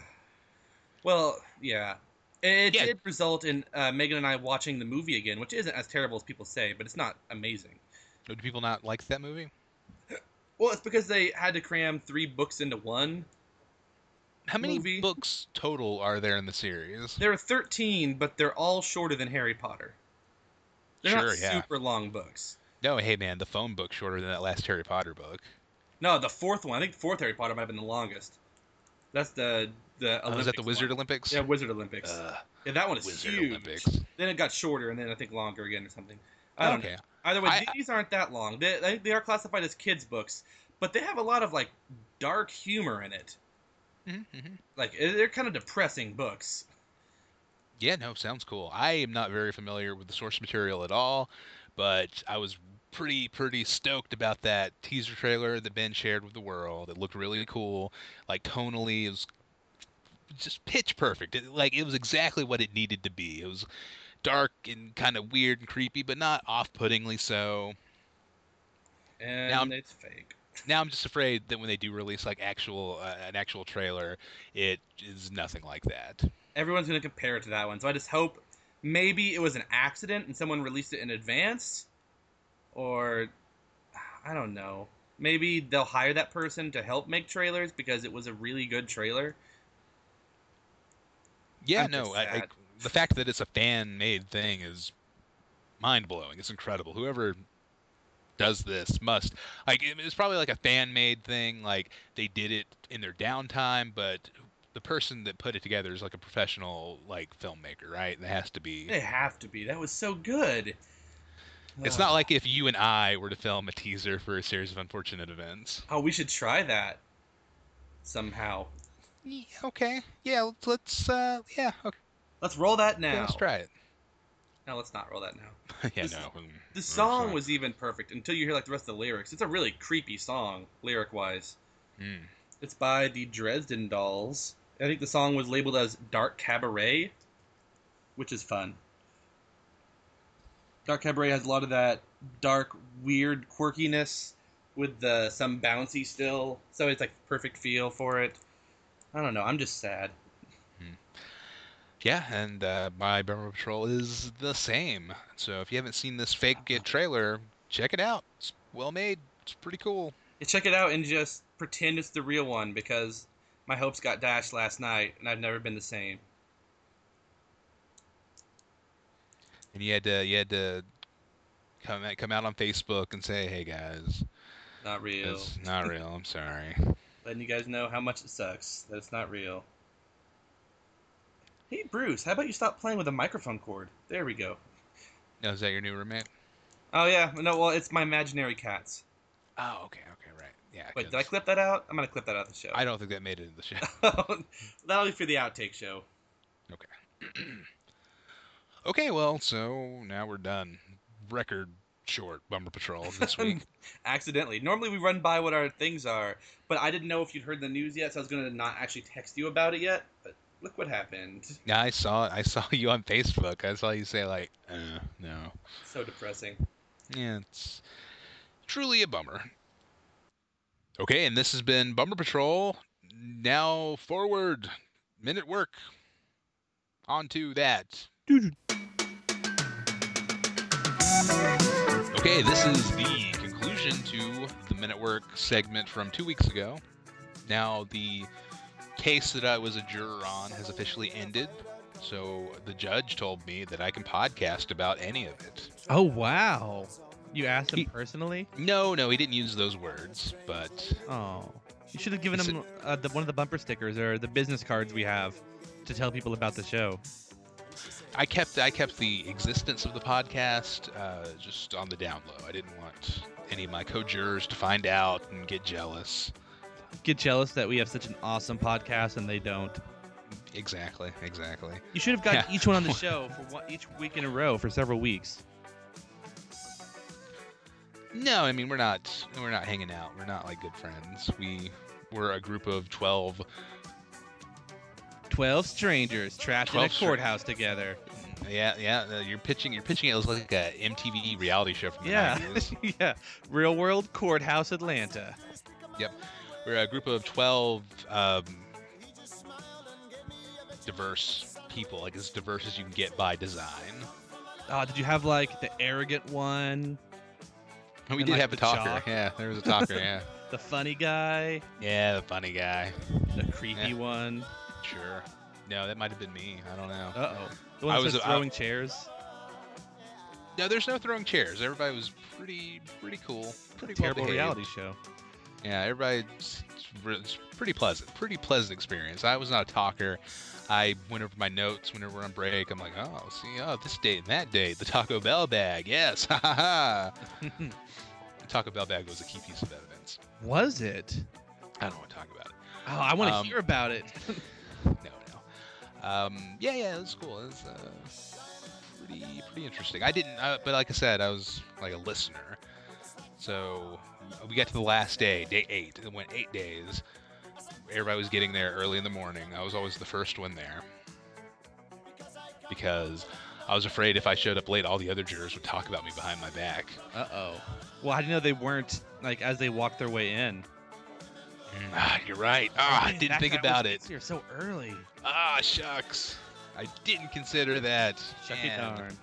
S2: well, yeah, it
S1: Yeah.
S2: did result in uh, Megan and I watching the movie again, which isn't as terrible as people say, but it's not amazing.
S1: Do people not like that movie?
S2: Well, it's because they had to cram three books into one.
S1: How many
S2: movie.
S1: books total are there in the series?
S2: There are thirteen, but they're all shorter than Harry Potter. They're
S1: Sure,
S2: not
S1: yeah.
S2: super long books.
S1: No, hey man, the phone book's shorter than that last Harry Potter book.
S2: No, the fourth one. I think the fourth Harry Potter might have been the longest. That's the the
S1: Oh, was that the
S2: Olympics
S1: Wizard
S2: one.
S1: Olympics?
S2: Yeah, Wizard Olympics.
S1: Ugh,
S2: Yeah, that one is
S1: Wizard
S2: huge.
S1: Olympics.
S2: Then it got shorter, and then I think longer again or something. I don't
S1: okay.
S2: know. Either way,
S1: I-
S2: these aren't that long. They, they they are classified as kids books, but they have a lot of like dark humor in it.
S1: Mhm,
S2: Mm-hmm,
S1: mhm.
S2: Like it- they're kind of depressing books.
S1: Yeah, no, sounds cool. I am not very familiar with the source material at all, but I was pretty pretty stoked about that teaser trailer that Ben shared with the world. It looked really cool. Like tonally, it was just pitch perfect. It, like it was exactly what it needed to be. It was dark and kind of weird and creepy, but not off-puttingly so.
S2: And
S1: Now I'm-
S2: it's fake.
S1: now I'm just afraid that when they do release like actual uh, an actual trailer, it is nothing like that.
S2: Everyone's gonna compare it to that one, so I just hope maybe it was an accident and someone released it in advance, or I don't know. Maybe they'll hire that person to help make trailers because it was a really good trailer.
S1: Yeah,
S2: I'm
S1: no,
S2: just
S1: I, I,
S2: sad.
S1: the fact that it's a fan made thing is mind blowing. It's incredible. Whoever does this must like it- it's probably like a fan made thing. Like they did it in their downtime, but the person that put it together is like a professional like filmmaker, right? That has to be.
S2: They have to be. That was so good.
S1: It's
S2: Ugh.
S1: not like if you and I were to film a teaser for a series of unfortunate events.
S2: Oh, we should try that somehow.
S1: Ye- Okay. Yeah. Let's. uh Yeah. Okay.
S2: Let's roll that now.
S1: Let's try it.
S2: No, let's not roll that now.
S1: yeah.
S2: This-
S1: no. mm,
S2: The
S1: mm,
S2: song
S1: sorry.
S2: was even perfect until you hear like the rest of the lyrics. It's a really creepy song, lyric wise.
S1: Mm.
S2: It's by the Dresden Dolls. I think the song was labeled as Dark Cabaret, which is fun. Dark Cabaret has a lot of that dark, weird quirkiness with the some bouncy still, so it's like perfect feel for it. I don't know. I'm just sad.
S1: Yeah, and uh, my Burma Patrol is the same. So if you haven't seen this fake uh, trailer, check it out. It's well made. It's pretty cool.
S2: Yeah, check it out and just pretend it's the real one because my hopes got dashed last night and I've never been the same.
S1: And you had to you had to come out, come out on Facebook and say, "Hey guys,
S2: Not real.
S1: it's not real. I'm sorry."
S2: Letting you guys know how much it sucks that it's not real. Hey Bruce, how about you stop playing with the microphone cord? There we go.
S1: No, is that your new roommate?
S2: Oh yeah, no, well it's my imaginary cats.
S1: Oh, okay, okay, right. Yeah.
S2: Wait,
S1: 'cause
S2: did I clip that out? I'm gonna clip that out of the show.
S1: I don't think that made it into the show.
S2: That'll be for the outtake show.
S1: okay, well, so now we're done. Record short Bumper Patrol this week.
S2: Accidentally. Normally we run by what our things are, but I didn't know if you'd heard the news yet, so I was gonna not actually text you about it yet. But look what happened.
S1: yeah, I saw I saw you on Facebook. I saw you say like, uh, "No."
S2: So depressing.
S1: Yeah, it's truly a bummer. Okay, and this has been Bummer Patrol. Now forward, minute work. On to that. Okay, this is the conclusion to the minute work segment from two weeks ago. Now the case that I was a juror on has officially ended. So the judge told me that I can podcast about any of it.
S4: Oh wow! You asked him
S1: He-
S4: personally.
S1: No, no, he didn't use those words, but
S4: Oh, you should have given
S1: Is
S4: him uh, the, one of the bumper stickers or the business cards we have to tell people about the show.
S1: I kept I kept the existence of the podcast uh, just on the down low. I didn't want any of my co-jurors to find out and get jealous.
S4: Get jealous that we have such an awesome podcast and they don't.
S1: Exactly, exactly.
S4: You should have gotten
S1: Yeah.
S4: each one on the show for one, each week in a row for several weeks.
S1: No, I mean we're not we're not hanging out. We're not like good friends. We we're a group of twelve.
S4: Twelve strangers trapped
S1: 12
S4: in a
S1: str-
S4: courthouse together.
S1: Yeah, yeah. uh, You're pitching you're pitching it as like a MTV reality show from the
S4: Yeah,
S1: 90s.
S4: yeah. Real world courthouse Atlanta.
S1: We're a group of 12 um, diverse people, like as diverse as you can get by design.
S4: Oh, did you have like the arrogant one,
S1: And we
S4: And,
S1: did
S4: like,
S1: have a
S4: the
S1: talker.
S4: jock.
S1: Yeah, there was a talker. yeah.
S4: the funny guy,
S1: Yeah, the funny guy.
S4: the creepy
S1: Yeah.
S4: one?
S1: Sure. No, that might have been me. I don't know.
S4: Uh oh. The one
S1: I
S4: that
S1: was-
S4: starts
S1: I-
S4: throwing chairs.
S1: No, there's no throwing chairs. Everybody was pretty, pretty cool. Pretty
S4: Terrible
S1: well behaved.
S4: reality show.
S1: Yeah, everybody's it's pretty pleasant. Pretty pleasant experience. I was not a talker. I went over my notes whenever we're on break. I'm like, oh, see, oh, this date and that date. The Taco Bell bag. Yes. Ha ha ha. The Taco Bell bag was a key piece of evidence.
S4: Was it?
S1: I don't want to talk about it.
S4: Oh, I want to
S1: Um,
S4: hear about it.
S1: no, no. Um, yeah, yeah, it was cool. It was uh, pretty, pretty interesting. I didn't, uh, but like I said, I was like a listener. So we got to the last day, day eight. It went eight days. Everybody was getting there early in the morning. I was always the first one there because I was afraid if I showed up late, all the other jurors would talk about me behind my back.
S4: Uh oh. Well, how do you know they weren't like as they walked their way in?
S1: Ah, you're right. Ah, I
S4: Man,
S1: didn't
S4: Mm. that
S1: think
S4: guy
S1: about
S4: was
S1: it.
S4: Here so early.
S1: Ah, shucks. I didn't consider that.
S2: Shucky
S1: And-
S2: darn.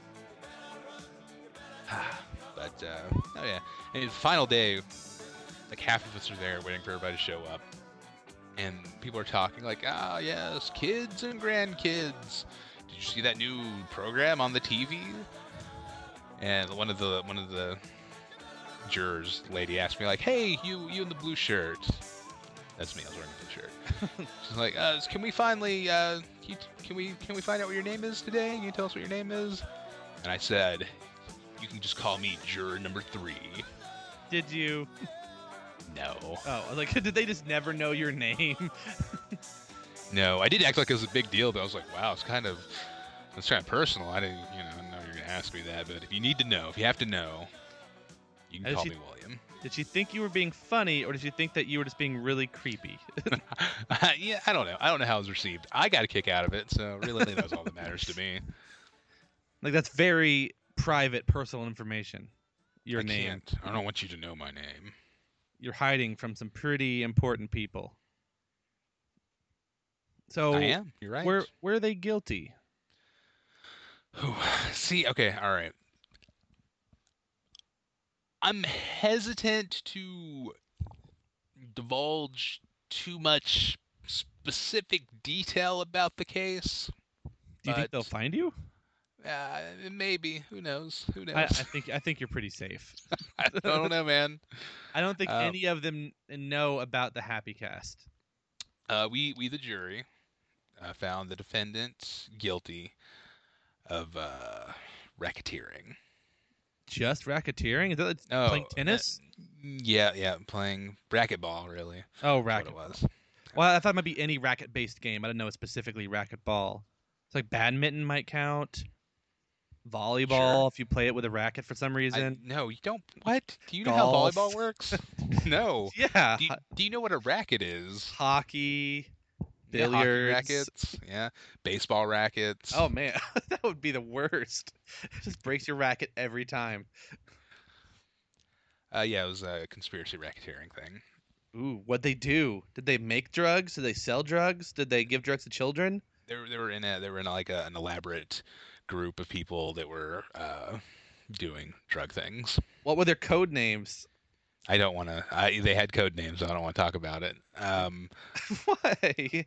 S1: But uh, oh yeah, and the final day, like half of us are there waiting for everybody to show up, and people are talking like, ah yes, kids and grandkids. Did you see that new program on the TV? And one of the one of the jurors lady asked me like, hey, you you in the blue shirt? That's me. I was wearing a blue shirt. She's like, uh, can we finally uh, can, you, can we can we find out what your name is today? Can you tell us what your name is? And I said, you can just call me juror number three.
S2: Did you?
S1: No.
S2: Oh, I was like, did they just never know your name?
S1: No, I did act like it was a big deal, but I was like, wow, it's kind of, it's kind of personal. I didn't, you know, I know you're gonna ask me that, but if you need to know, if you have to know, you can
S2: And
S1: call
S2: she-
S1: me William.
S2: Did she think you were being funny, or did she think that you were just being really creepy?
S1: yeah, I don't know. I don't know how it was received. I got a kick out of it, so really that was all that matters to me.
S2: like that's very private, personal information. Your
S1: I
S2: name.
S1: Can't, I don't want you to know my name.
S2: You're hiding from some pretty important people. So
S1: I am. You're right.
S2: where where are they guilty?
S1: Whew. See, okay, all right. I'm hesitant to divulge too much specific detail about the case.
S2: Do you
S1: But-
S2: think they'll find you?
S1: Uh, maybe. Who knows? Who knows?
S2: I, I think I think you're pretty safe.
S1: I don't know, man.
S2: I don't think
S1: Um,
S2: any of them know about the Happy Cast.
S1: Uh, we, we, the jury, uh, found the defendants guilty of uh, racketeering.
S2: Just racketeering? Is that like
S1: No,
S2: playing
S1: uh,
S2: tennis?
S1: Yeah, yeah, playing racquetball, really.
S2: oh,
S1: That's
S2: racket.
S1: what it was.
S2: Well, I thought it might be any racket-based game. I didn't know it's specifically racquetball. It's like badminton might count. Volleyball,
S1: Sure.
S2: if you play it with a racket for some
S1: I-
S2: reason.
S1: no, you don't. What? Do you know
S2: Golf.
S1: how volleyball works? no.
S2: Yeah,
S1: Do you,
S2: ho-
S1: do you know what a racket is?
S2: hockey.
S1: Yeah, hockey
S2: Billiards.
S1: rackets. Yeah. Baseball rackets.
S2: Oh man, that would be the worst. It just breaks your racket every time.
S1: Uh, yeah, it was a conspiracy racketeering thing.
S2: Ooh, what they do? Did they make drugs? Did they sell drugs? Did they give drugs to children?
S1: They were, they were in a they were in like a, an elaborate group of people that were uh, doing drug things.
S2: What were their code names?
S1: I don't want to. I they had code names. I don't want to talk about it. Um,
S2: Why?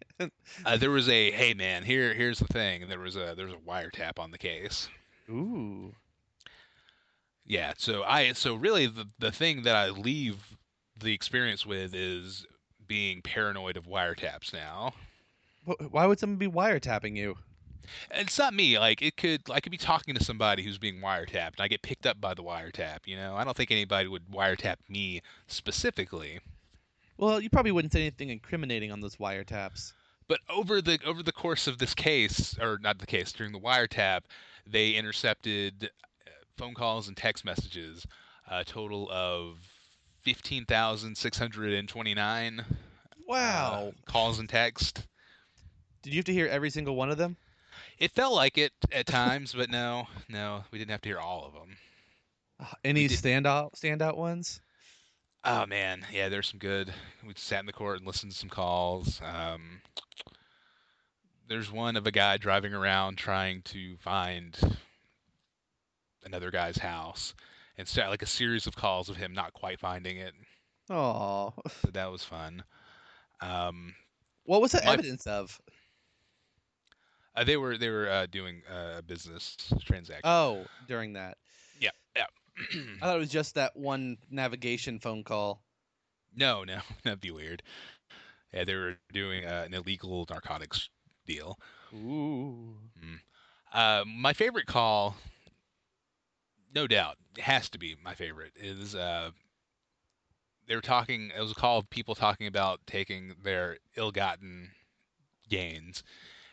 S1: uh, there was a hey man here here's the thing. There was a there was a wiretap on the case.
S2: Ooh.
S1: Yeah, so I so really the the thing that I leave the experience with is being paranoid of wiretaps now.
S2: Wh- Why would someone be wiretapping you?
S1: And It's not me, like it could I could be talking to somebody who's being wiretapped and I get picked up by the wiretap, you know? I don't think anybody would wiretap me specifically.
S2: Well, you probably wouldn't say anything incriminating on those wiretaps.
S1: But over the over the course of this case or not the case during the wiretap, they intercepted uh, phone calls and text messages, a total of 15,629
S2: Wow.
S1: uh, calls and text.
S2: Did you have to hear every single one of them?
S1: It felt like it at times, but no, no, we didn't have to hear all of them.
S2: Ah, Any
S1: did.
S2: standout standout ones?
S1: Oh man, yeah, there's some good. We sat in the court and listened to some calls. Um, there's one of a guy driving around trying to find another guy's house, and start like a series of calls of him not quite finding it.
S2: Oh,
S1: So that was fun. Um,
S2: what was that
S1: My-
S2: evidence of?
S1: uh, they were they were uh, doing uh, a business transaction.
S2: Oh, during that,
S1: yeah.
S2: I thought it was just that one navigation phone call.
S1: No, no, that'd be weird. Yeah, they were doing uh, an illegal narcotics deal.
S2: Ooh.
S1: Uh, my favorite call, no doubt, it has to be my favorite, is uh, they were talking, it was a call of people talking about taking their ill gotten gains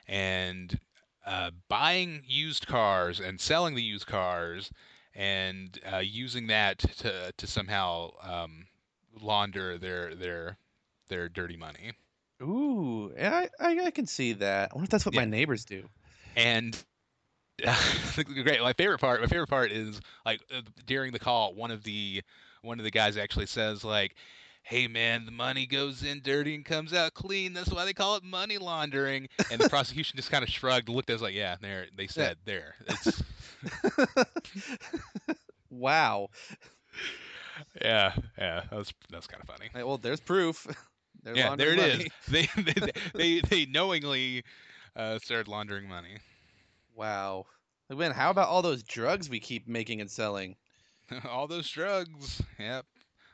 S1: and uh, buying used cars and selling the used cars and uh, using that to, to somehow um, launder their, their, their dirty money.
S2: Ooh, yeah, I, I, I can see that. I wonder if that's what
S1: Yeah.
S2: my neighbors do.
S1: and great my favorite part my favorite part is like uh, during the call one of the one of the guys actually says like hey man, the money goes in dirty and comes out clean. That's why they call it money laundering. And the prosecution just kind of shrugged, looked at us like, yeah, there they said there. It's
S2: wow.
S1: yeah, yeah. That was that's kind of funny.
S2: Hey, Well, there's proof. They're
S1: yeah, there
S2: laundering
S1: it is.
S2: money.
S1: They they they, they knowingly uh, started laundering money.
S2: Wow. Like, man, how about all those drugs we keep making and selling?
S1: All those drugs. Yep.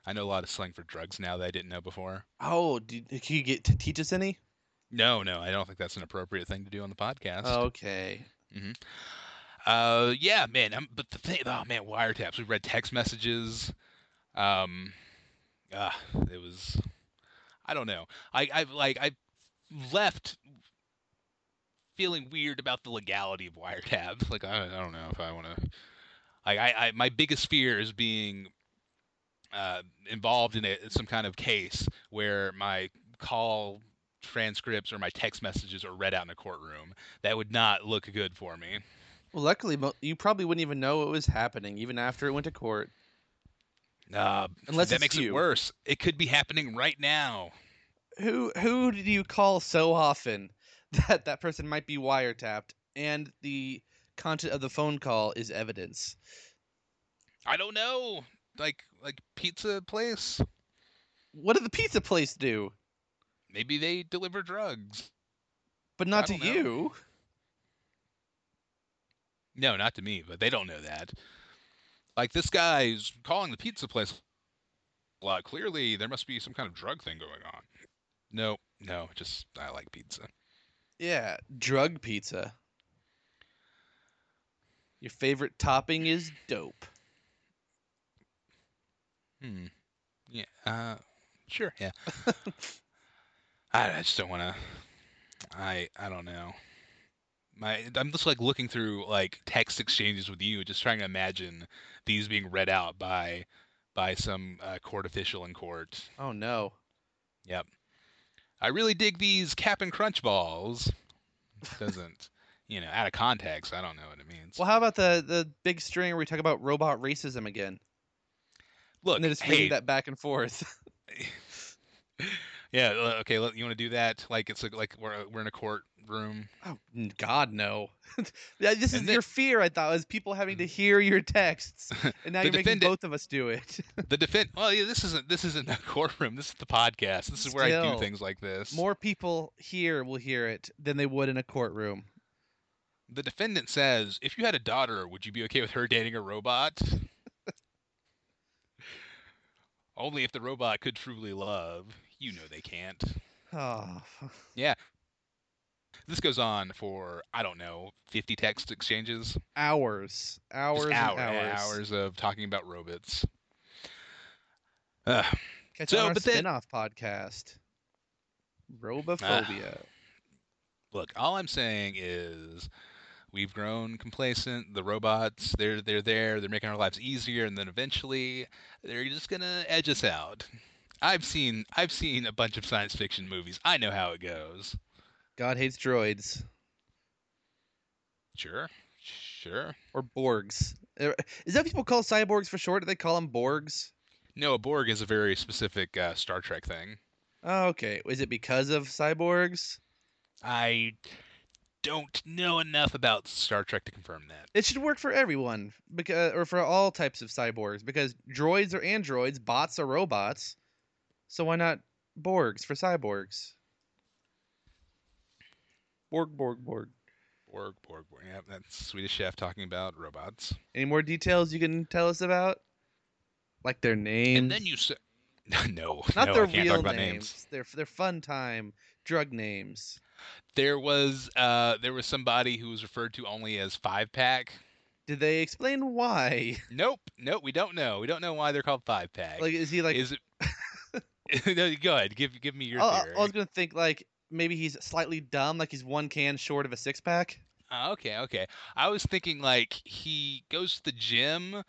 S1: I know a lot of slang for drugs now that I didn't know before.
S2: Oh, did, can you get to teach us any?
S1: No, no, I don't think that's an appropriate thing to do on the podcast.
S2: Okay.
S1: Uh, yeah, man. i but the thing, oh man, wiretaps. We read text messages. Um, uh, it was, I don't know. I, I like, I left feeling weird about the legality of wiretaps. Like, I, I don't know if I want to. Like, I, I, my biggest fear is being uh, involved in a, some kind of case where my call transcripts or my text messages are read out in a courtroom. That would not look good for me.
S2: Well, luckily, mo- you probably wouldn't even know what was happening, even after it went to court.
S1: Nah,
S2: Unless
S1: that
S2: it's
S1: makes
S2: you.
S1: it worse. It could be happening right now.
S2: Who who do you call so often that that person might be wiretapped and the content of the phone call is evidence?
S1: I don't know. Like like pizza place.
S2: What did the pizza place do?
S1: Maybe they deliver drugs.
S2: But not to
S1: don't know.
S2: you.
S1: No, not to me, but they don't know that. Like this guy's calling the pizza place a lot. Clearly, there must be some kind of drug thing going on. No, no, just I like pizza.
S2: Yeah, drug pizza. Your favorite topping is dope.
S1: Hmm. Yeah. Uh. Sure. Yeah. I, I just don't want to. I I don't know. My I'm just like looking through like text exchanges with you, just trying to imagine these being read out by by some uh, court official in court.
S2: Oh no.
S1: I really dig these cap and crunch balls. Doesn't you know? Out of context, I don't know what it means.
S2: Well, how about the the big string where we talk about robot racism again?
S1: Look,
S2: And then just
S1: hey,
S2: reading that back and forth.
S1: yeah, uh, okay. Let, you want to do that? Like it's like, like we're we're in a courtroom.
S2: Oh n- God, no! Yeah, this is
S1: And then- Mm.
S2: your fear. I thought was people having to hear your texts, and now
S1: The
S2: you're making
S1: defendant-
S2: both of us do it.
S1: The defense. Well, yeah, this isn't this isn't the courtroom. This is the podcast. This is where I
S2: Still,
S1: do things like this.
S2: More people here will hear it than they would in a courtroom.
S1: The defendant says, "If you had a daughter, would you be okay with her dating a robot?" Only if the robot could truly love. You know they can't.
S2: Oh,
S1: This goes on for I don't know, 50 text exchanges,
S2: hours, hours,
S1: Just
S2: and
S1: hour- eh,
S2: hours.
S1: hours of talking about robots. Ugh.
S2: Catch
S1: So,
S2: on our
S1: but then- Ah.
S2: spin-off podcast, Robophobia.
S1: look, all I'm saying is we've grown complacent. The robots, they're they're there, they're making our lives easier, and then eventually they're just gonna edge us out. I've seen I've seen a bunch of science fiction movies. I know how it goes.
S2: God hates droids
S1: Sure. Sure.
S2: or Borgs. Er, Is that what people call cyborgs for short? Do they call them Borgs?
S1: No, a Borg is a very specific uh, Star Trek thing.
S2: Oh, okay. Is it because of cyborgs?
S1: I don't know enough about Star Trek to confirm that.
S2: It should work for everyone because or for all types of cyborgs because droids are androids, bots are robots. So why not Borgs for cyborgs? Borg Borg Borg.
S1: Borg, Borg, Borg. Yeah, that's Swedish Chef talking about robots.
S2: Any more details you can tell us about? Like their names.
S1: And then you said, no,
S2: not
S1: no,
S2: their
S1: I can't
S2: real
S1: talk about
S2: names.
S1: names.
S2: Their their fun time drug names.
S1: There was uh there was somebody who was referred to only as five pack.
S2: Did they explain why?
S1: Nope, nope, we don't know. We don't know why they're called five pack.
S2: Like is he like oh,
S1: is it No, go ahead, give give me your
S2: I- I-
S1: theory.
S2: I was gonna think like maybe he's slightly dumb, like he's one can short of a six pack.
S1: Ah, okay, okay. I was thinking like he goes to the gym,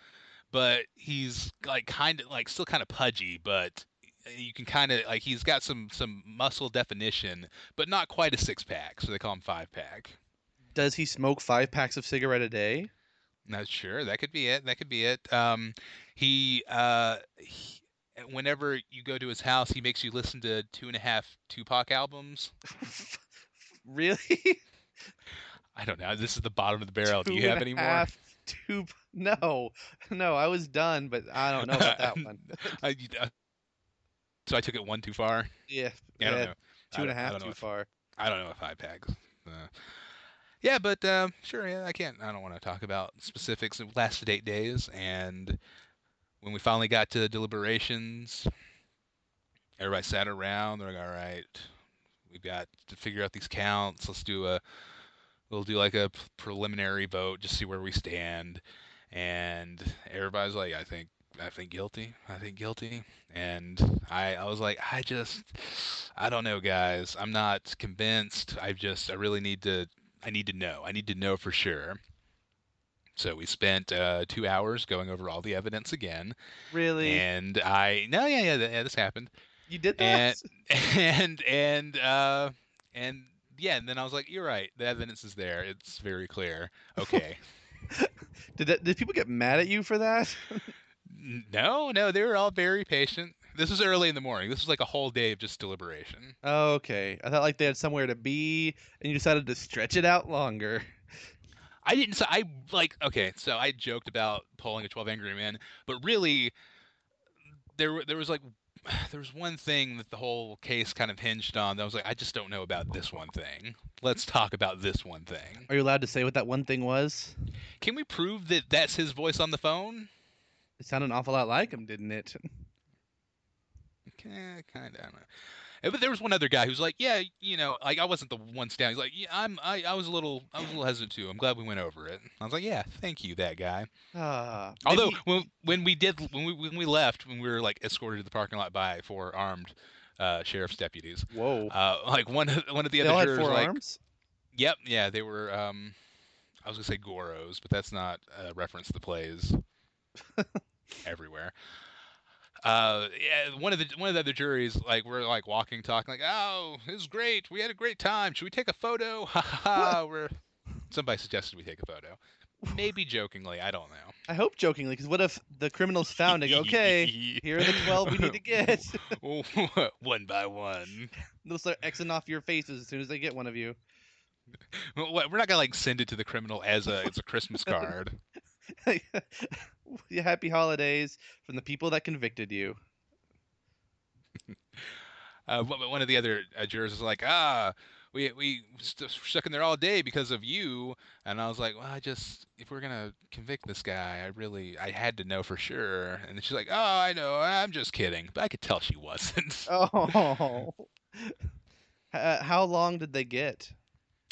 S1: but he's like kind of like still kind of pudgy, but you can kind of like he's got some some muscle definition, but not quite a six pack, so they call him five pack.
S2: Does he smoke five packs of cigarette a day?
S1: Not sure. That could be it. That could be it. Um, he uh, he, and whenever you go to his house, he makes you listen to two and a half Tupac albums.
S2: really?
S1: I don't know. This is the bottom of the barrel. Do
S2: Two
S1: you have
S2: and
S1: any
S2: a
S1: more?
S2: half tube- No, no, I was done, but I don't know about that one.
S1: I- you- uh, so I took it one too far.
S2: Yeah,
S1: Yeah, I don't
S2: yeah,
S1: know.
S2: two and a half
S1: I don't, I don't know
S2: too
S1: if,
S2: far.
S1: I don't know if I packs. Uh, yeah, but um, sure. Yeah, I can't. I don't want to talk about specifics. It lasted eight days, and when we finally got to deliberations, everybody sat around. They're like, "All right, we've got to figure out these counts. Let's do a, we'll do like a p- preliminary vote, just see where we stand." And everybody's like, "I think, I think guilty. I think guilty." And I, I was like, "I just, I don't know, guys. I'm not convinced. I just, I really need to, I need to know. I need to know for sure." So we spent uh, two hours going over all the evidence again.
S2: Really?
S1: And I no yeah yeah, th- yeah this happened
S2: you did
S1: and-
S2: that?
S1: and and uh and yeah and then I was like you're right the evidence is there it's very clear okay
S2: Did that, did people get mad at you for that?
S1: N- no no they were all very patient this was early in the morning this was like a whole day of just deliberation
S2: Oh, okay. I thought like they had somewhere to be, and you decided to stretch it out longer.
S1: I didn't so I like okay so I joked about polling a 12 angry men but really there were- there was like there was one thing that the whole case kind of hinged on that I was like I just don't know about this one thing let's talk about this one thing
S2: Are you allowed to say what that one thing was?
S1: Can we prove that that's his voice on the phone?
S2: It sounded an awful lot like him, didn't it?
S1: Kind of, I don't know. Eh, But there was one other guy who's like, yeah, you know, like I wasn't the one standing. He's like, yeah, I'm, I, I was a little, I was a little hesitant too. I'm glad we went over it. I was like, yeah, thank you, that guy.
S2: Ah, did
S1: Although
S2: he-
S1: when when we did when we when we left when we were like escorted to the parking lot by four armed uh, sheriff's deputies,
S2: whoa,
S1: uh, like one of one of the
S2: they
S1: other
S2: all had
S1: jurors
S2: four
S1: like,
S2: arms.
S1: yep, yeah, they were. Um, I was gonna say Goros, but that's not a reference to plays everywhere. Uh, yeah, one of the one of the other juries like we're like walking, talking like, oh, it was great. We had a great time. Should we take a photo? Ha ha ha. We're somebody suggested we take a photo, maybe jokingly. I don't know.
S2: I hope jokingly, because what if the criminals found it? Okay, here are the twelve we need to get.
S1: one by one.
S2: They'll start xing off your faces as soon as they get one of you.
S1: Well, We're not gonna like send it to the criminal as a as a Christmas card.
S2: Yeah, Happy holidays from the people that convicted you.
S1: Uh, one one of the other uh, jurors is like, ah, we we st- stuck in there all day because of you. And I was like, well, I just if we're gonna convict this guy, I really I had to know for sure. And she's like, oh, I know, I'm just kidding. But I could tell she wasn't.
S2: Oh. Uh, how long did they get?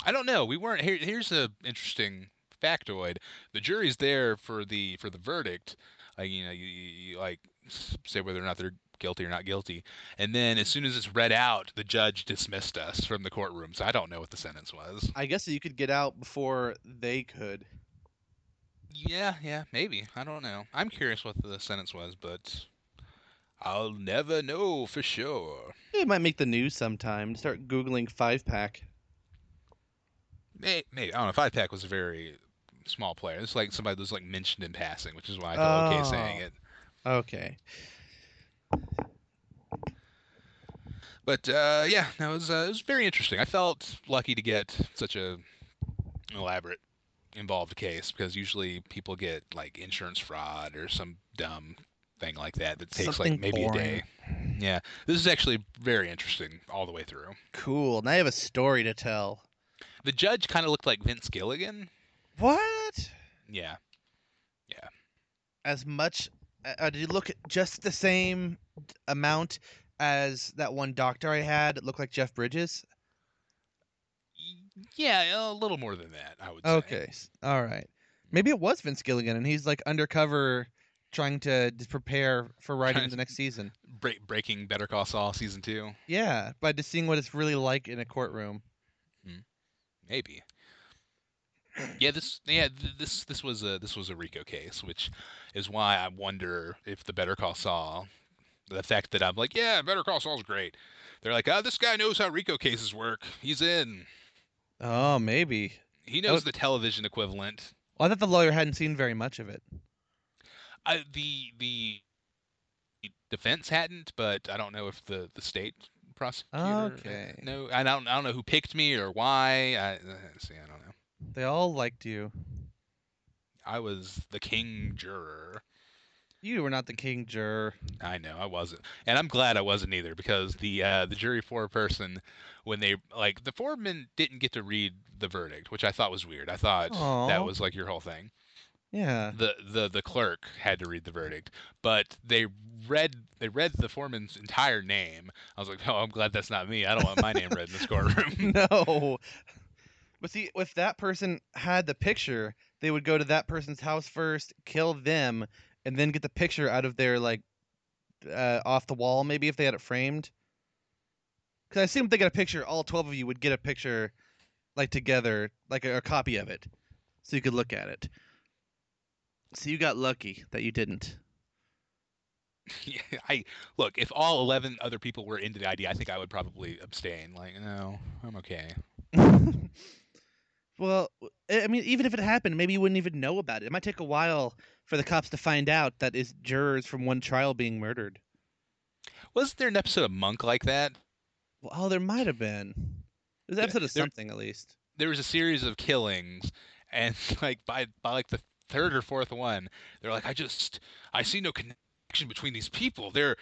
S1: I don't know. We weren't here. Here's a interesting factoid: the jury's there for the for the verdict. Like you know, you, you, you like s- say whether or not they're guilty or not guilty. And then as soon as it's read out, the judge dismissed us from the courtroom. So I don't know what the sentence was.
S2: I guess you could get out before they could.
S1: Yeah, yeah, maybe. I don't know. I'm curious what the sentence was, but I'll never know for sure.
S2: It might make the news sometime. Start googling five pack.
S1: May Maybe. I don't know. Five Pack was a very small player. It's like somebody that was like mentioned in passing, which is why I felt okay saying
S2: Oh.
S1: it.
S2: Okay.
S1: But uh, yeah, no, it was uh, it was very interesting. I felt lucky to get such a elaborate involved case because usually people get like insurance fraud or some dumb thing like that that takes
S2: Something
S1: like maybe
S2: boring.
S1: a day. Yeah, this is actually very interesting all the way through.
S2: Cool. Now I have a story to tell.
S1: The judge kind of looked like Vince Gilligan.
S2: What?
S1: Yeah.
S2: As much? Uh, uh, did you look just the same amount as that one doctor I had? It looked like Jeff Bridges.
S1: Y- Yeah, a little more than that, I would say.
S2: Okay. s- All right. Maybe it was Vince Gilligan, and he's like undercover, trying to d- prepare for writing the next season.
S1: Break, breaking Better Call Saul season two,
S2: Yeah, by just seeing what it's really like in a courtroom.
S1: maybe. Yeah, this yeah th- this this was a this was a Rico case, which is why I wonder if the Better Call Saul, the fact that I'm like, yeah, Better Call Saul's great. They're like, oh, this guy knows how Rico cases work. He's in.
S2: Oh, maybe.
S1: He knows
S2: Oh.
S1: the television equivalent.
S2: Well, I thought the lawyer hadn't seen very much of it.
S1: I, the the defense hadn't, but I don't know if the the state prosecutor.
S2: Okay.
S1: No, I don't. I don't know who picked me or why. I uh, see. I don't know.
S2: They all liked you.
S1: I was the king juror.
S2: You were not the king juror.
S1: I know I wasn't, and I'm glad I wasn't either because the uh, the jury four person, when they like the foreman didn't get to read the verdict, which I thought was weird. I thought
S2: Aw.
S1: that was like your whole thing.
S2: Yeah.
S1: the the the clerk had to read the verdict, but they read they read the foreman's entire name. I was like, oh, I'm glad that's not me. I don't want my name read in this courtroom.
S2: no. But see, if that person had the picture, they would go to that person's house first, kill them, and then get the picture out of their like uh, off the wall. Maybe if they had it framed. Because I assume if they got a picture, all twelve of you would get a picture, like together, like a, a copy of it, so you could look at it. So you got lucky that you didn't.
S1: Yeah, I look if all eleven other people were into the idea, I think I would probably abstain. Like, no, I'm okay.
S2: well, I I mean, even if it happened, maybe you wouldn't even know about it. It might take a while for the cops to find out that is jurors from one trial being murdered.
S1: Wasn't there an episode of Monk like that?
S2: Well, oh, there might have been. It was
S1: Yeah,
S2: an episode of
S1: there-
S2: something, at least.
S1: There was a series of killings, and like by by like the third or fourth one, they're like, I just I see no connection between these people. They're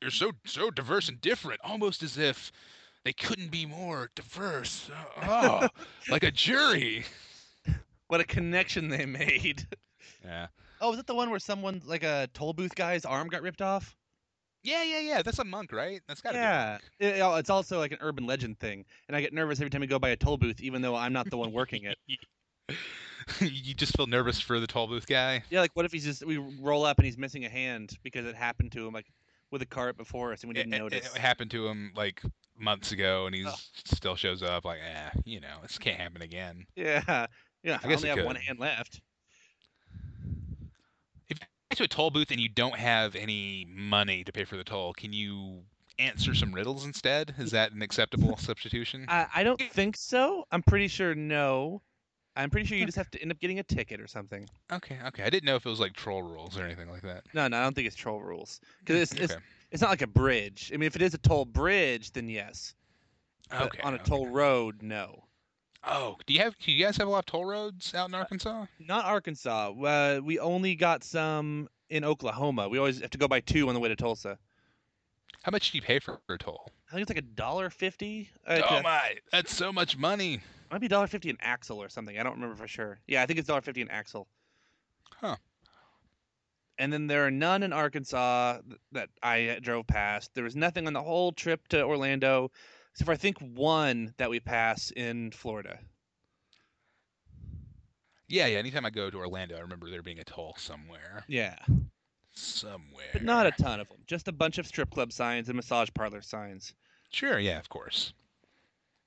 S1: they're so so diverse and different, almost as if they couldn't be more diverse. Oh, like a jury.
S2: What a connection they made.
S1: Yeah.
S2: oh, was it the one where someone, like a toll booth guy's arm got ripped off?
S1: Yeah, yeah, yeah. That's a monk, right? That's gotta
S2: Yeah. It- oh, it's also like an urban legend thing. And I get nervous every time we go by a toll booth, even though I'm not the one working it.
S1: be. you just feel nervous for the toll booth guy.
S2: Yeah, like what if he's just, we roll up and he's missing a hand because it happened to him, like with a cart before us and we didn't
S1: it, it-
S2: notice.
S1: It, happened to him like months ago, and he's still shows up like, eh, you know, this can't happen again.
S2: Yeah. Yeah. I,
S1: guess
S2: only
S1: it
S2: have one
S1: could.
S2: hand left.
S1: get to a toll booth and you don't have any money to pay for the toll, can you answer some riddles instead? Is that an acceptable substitution?
S2: I, I don't think so. I'm pretty sure no. I'm pretty sure you just have to end up getting a ticket or something.
S1: Okay, okay. I didn't know if it was like troll rules or anything like that.
S2: No, no, I don't think it's toll rules. Because it's, it's,
S1: Hmm, okay.
S2: it's not like a bridge. I mean, if it is a toll bridge, then yes. But
S1: okay.
S2: on a
S1: okay.
S2: toll road, no.
S1: Oh, do you have? Do you guys have a lot of toll roads
S2: Uh,
S1: out in Arkansas?
S2: Not Arkansas. Uh, we only got some in Oklahoma. We always have to go by two on the way to Tulsa.
S1: How much do you pay for a toll?
S2: I think it's like a dollar fifty. uh,
S1: Oh my, that's so much money.
S2: might be dollar fifty an axle or something. I don't remember for sure. Yeah, I think it's dollar fifty an axle.
S1: Huh.
S2: And then there are none in Arkansas th- that I uh, drove past. There was nothing on the whole trip to Orlando, except for I think one that we passed in Florida.
S1: Yeah, yeah. Anytime I go to Orlando, I remember there being a toll somewhere.
S2: Yeah,
S1: Somewhere.
S2: but not a ton of them. Just a bunch of strip club signs and massage parlor signs.
S1: Sure, yeah, of course.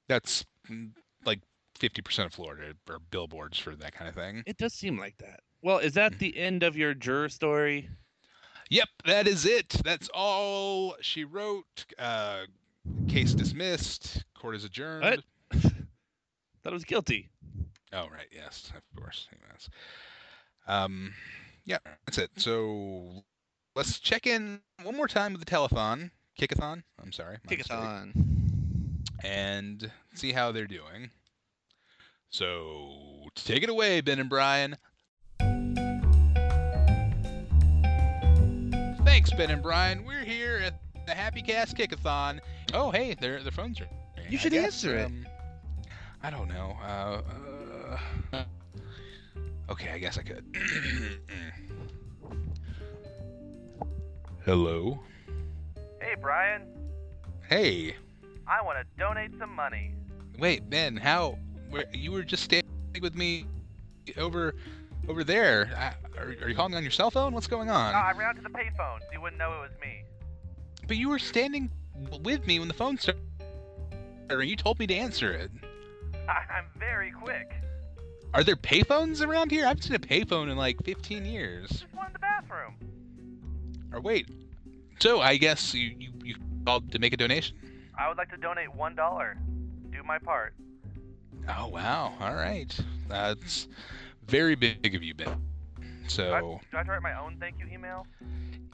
S1: That's mm, like fifty percent of Florida are billboards for that kind of thing.
S2: It does seem like that. Well, is that the end of your juror story?
S1: Yep, that is it. That's all she wrote. Uh, case dismissed. Court is adjourned.
S2: What? That was guilty.
S1: Oh, right. Yes, of course. Yes. Um, yeah, that's it. So let's check in one more time with the telethon, kickathon. I'm sorry. my mistake,
S2: Kickathon.
S1: And see how they're doing. So take it away, Ben and Brian. Thanks, Ben and Brian. We're here at the Happy Cast Kickathon. Oh, hey, their their phones are. ringing.
S2: You
S1: I
S2: should
S1: guess,
S2: answer it.
S1: um, I don't know. Uh, uh, okay, I guess I could. Hello.
S5: Hey, Brian,
S1: Hey,
S5: I want to donate some money.
S1: wait, Ben. How? Where, you were just standing with me over over there. I, are, are you calling on your cell phone? What's going on?
S5: Oh,
S2: Uh,
S5: I ran out to the payphone so you wouldn't know it was me.
S1: But you were standing with me when the phone started, and you told me to answer it.
S5: I- I'm very quick.
S1: Are there payphones around here? I haven't seen a payphone in like 15 years.
S5: Just one in the bathroom.
S1: Or wait, so I guess you you, you called to make a donation.
S5: I would like to donate one dollar. Do my part.
S1: Oh wow! All right, that's very big of you, Ben.
S5: Do I,
S1: So
S5: do I have to write my own thank you email?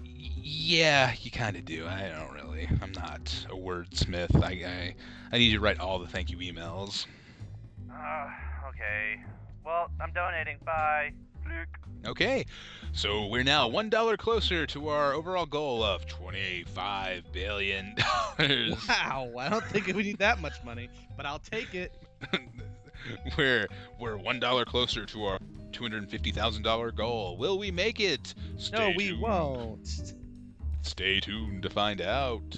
S1: yeah, you kind of do. I don't really. I'm not a wordsmith. I, I I need you to write all the thank you emails.
S5: Ah,
S6: Uh, okay. Well, I'm donating. Bye. Fluke.
S1: Okay, so we're now one dollar closer to our overall goal of twenty-five billion dollars.
S2: Wow, I don't think we need that much money, but I'll take it.
S1: we're we're one dollar closer to our two hundred and fifty thousand dollar goal. Will we make it?
S2: No,
S1: Stay
S2: we
S1: tuned.
S2: won't.
S1: Stay tuned to find out.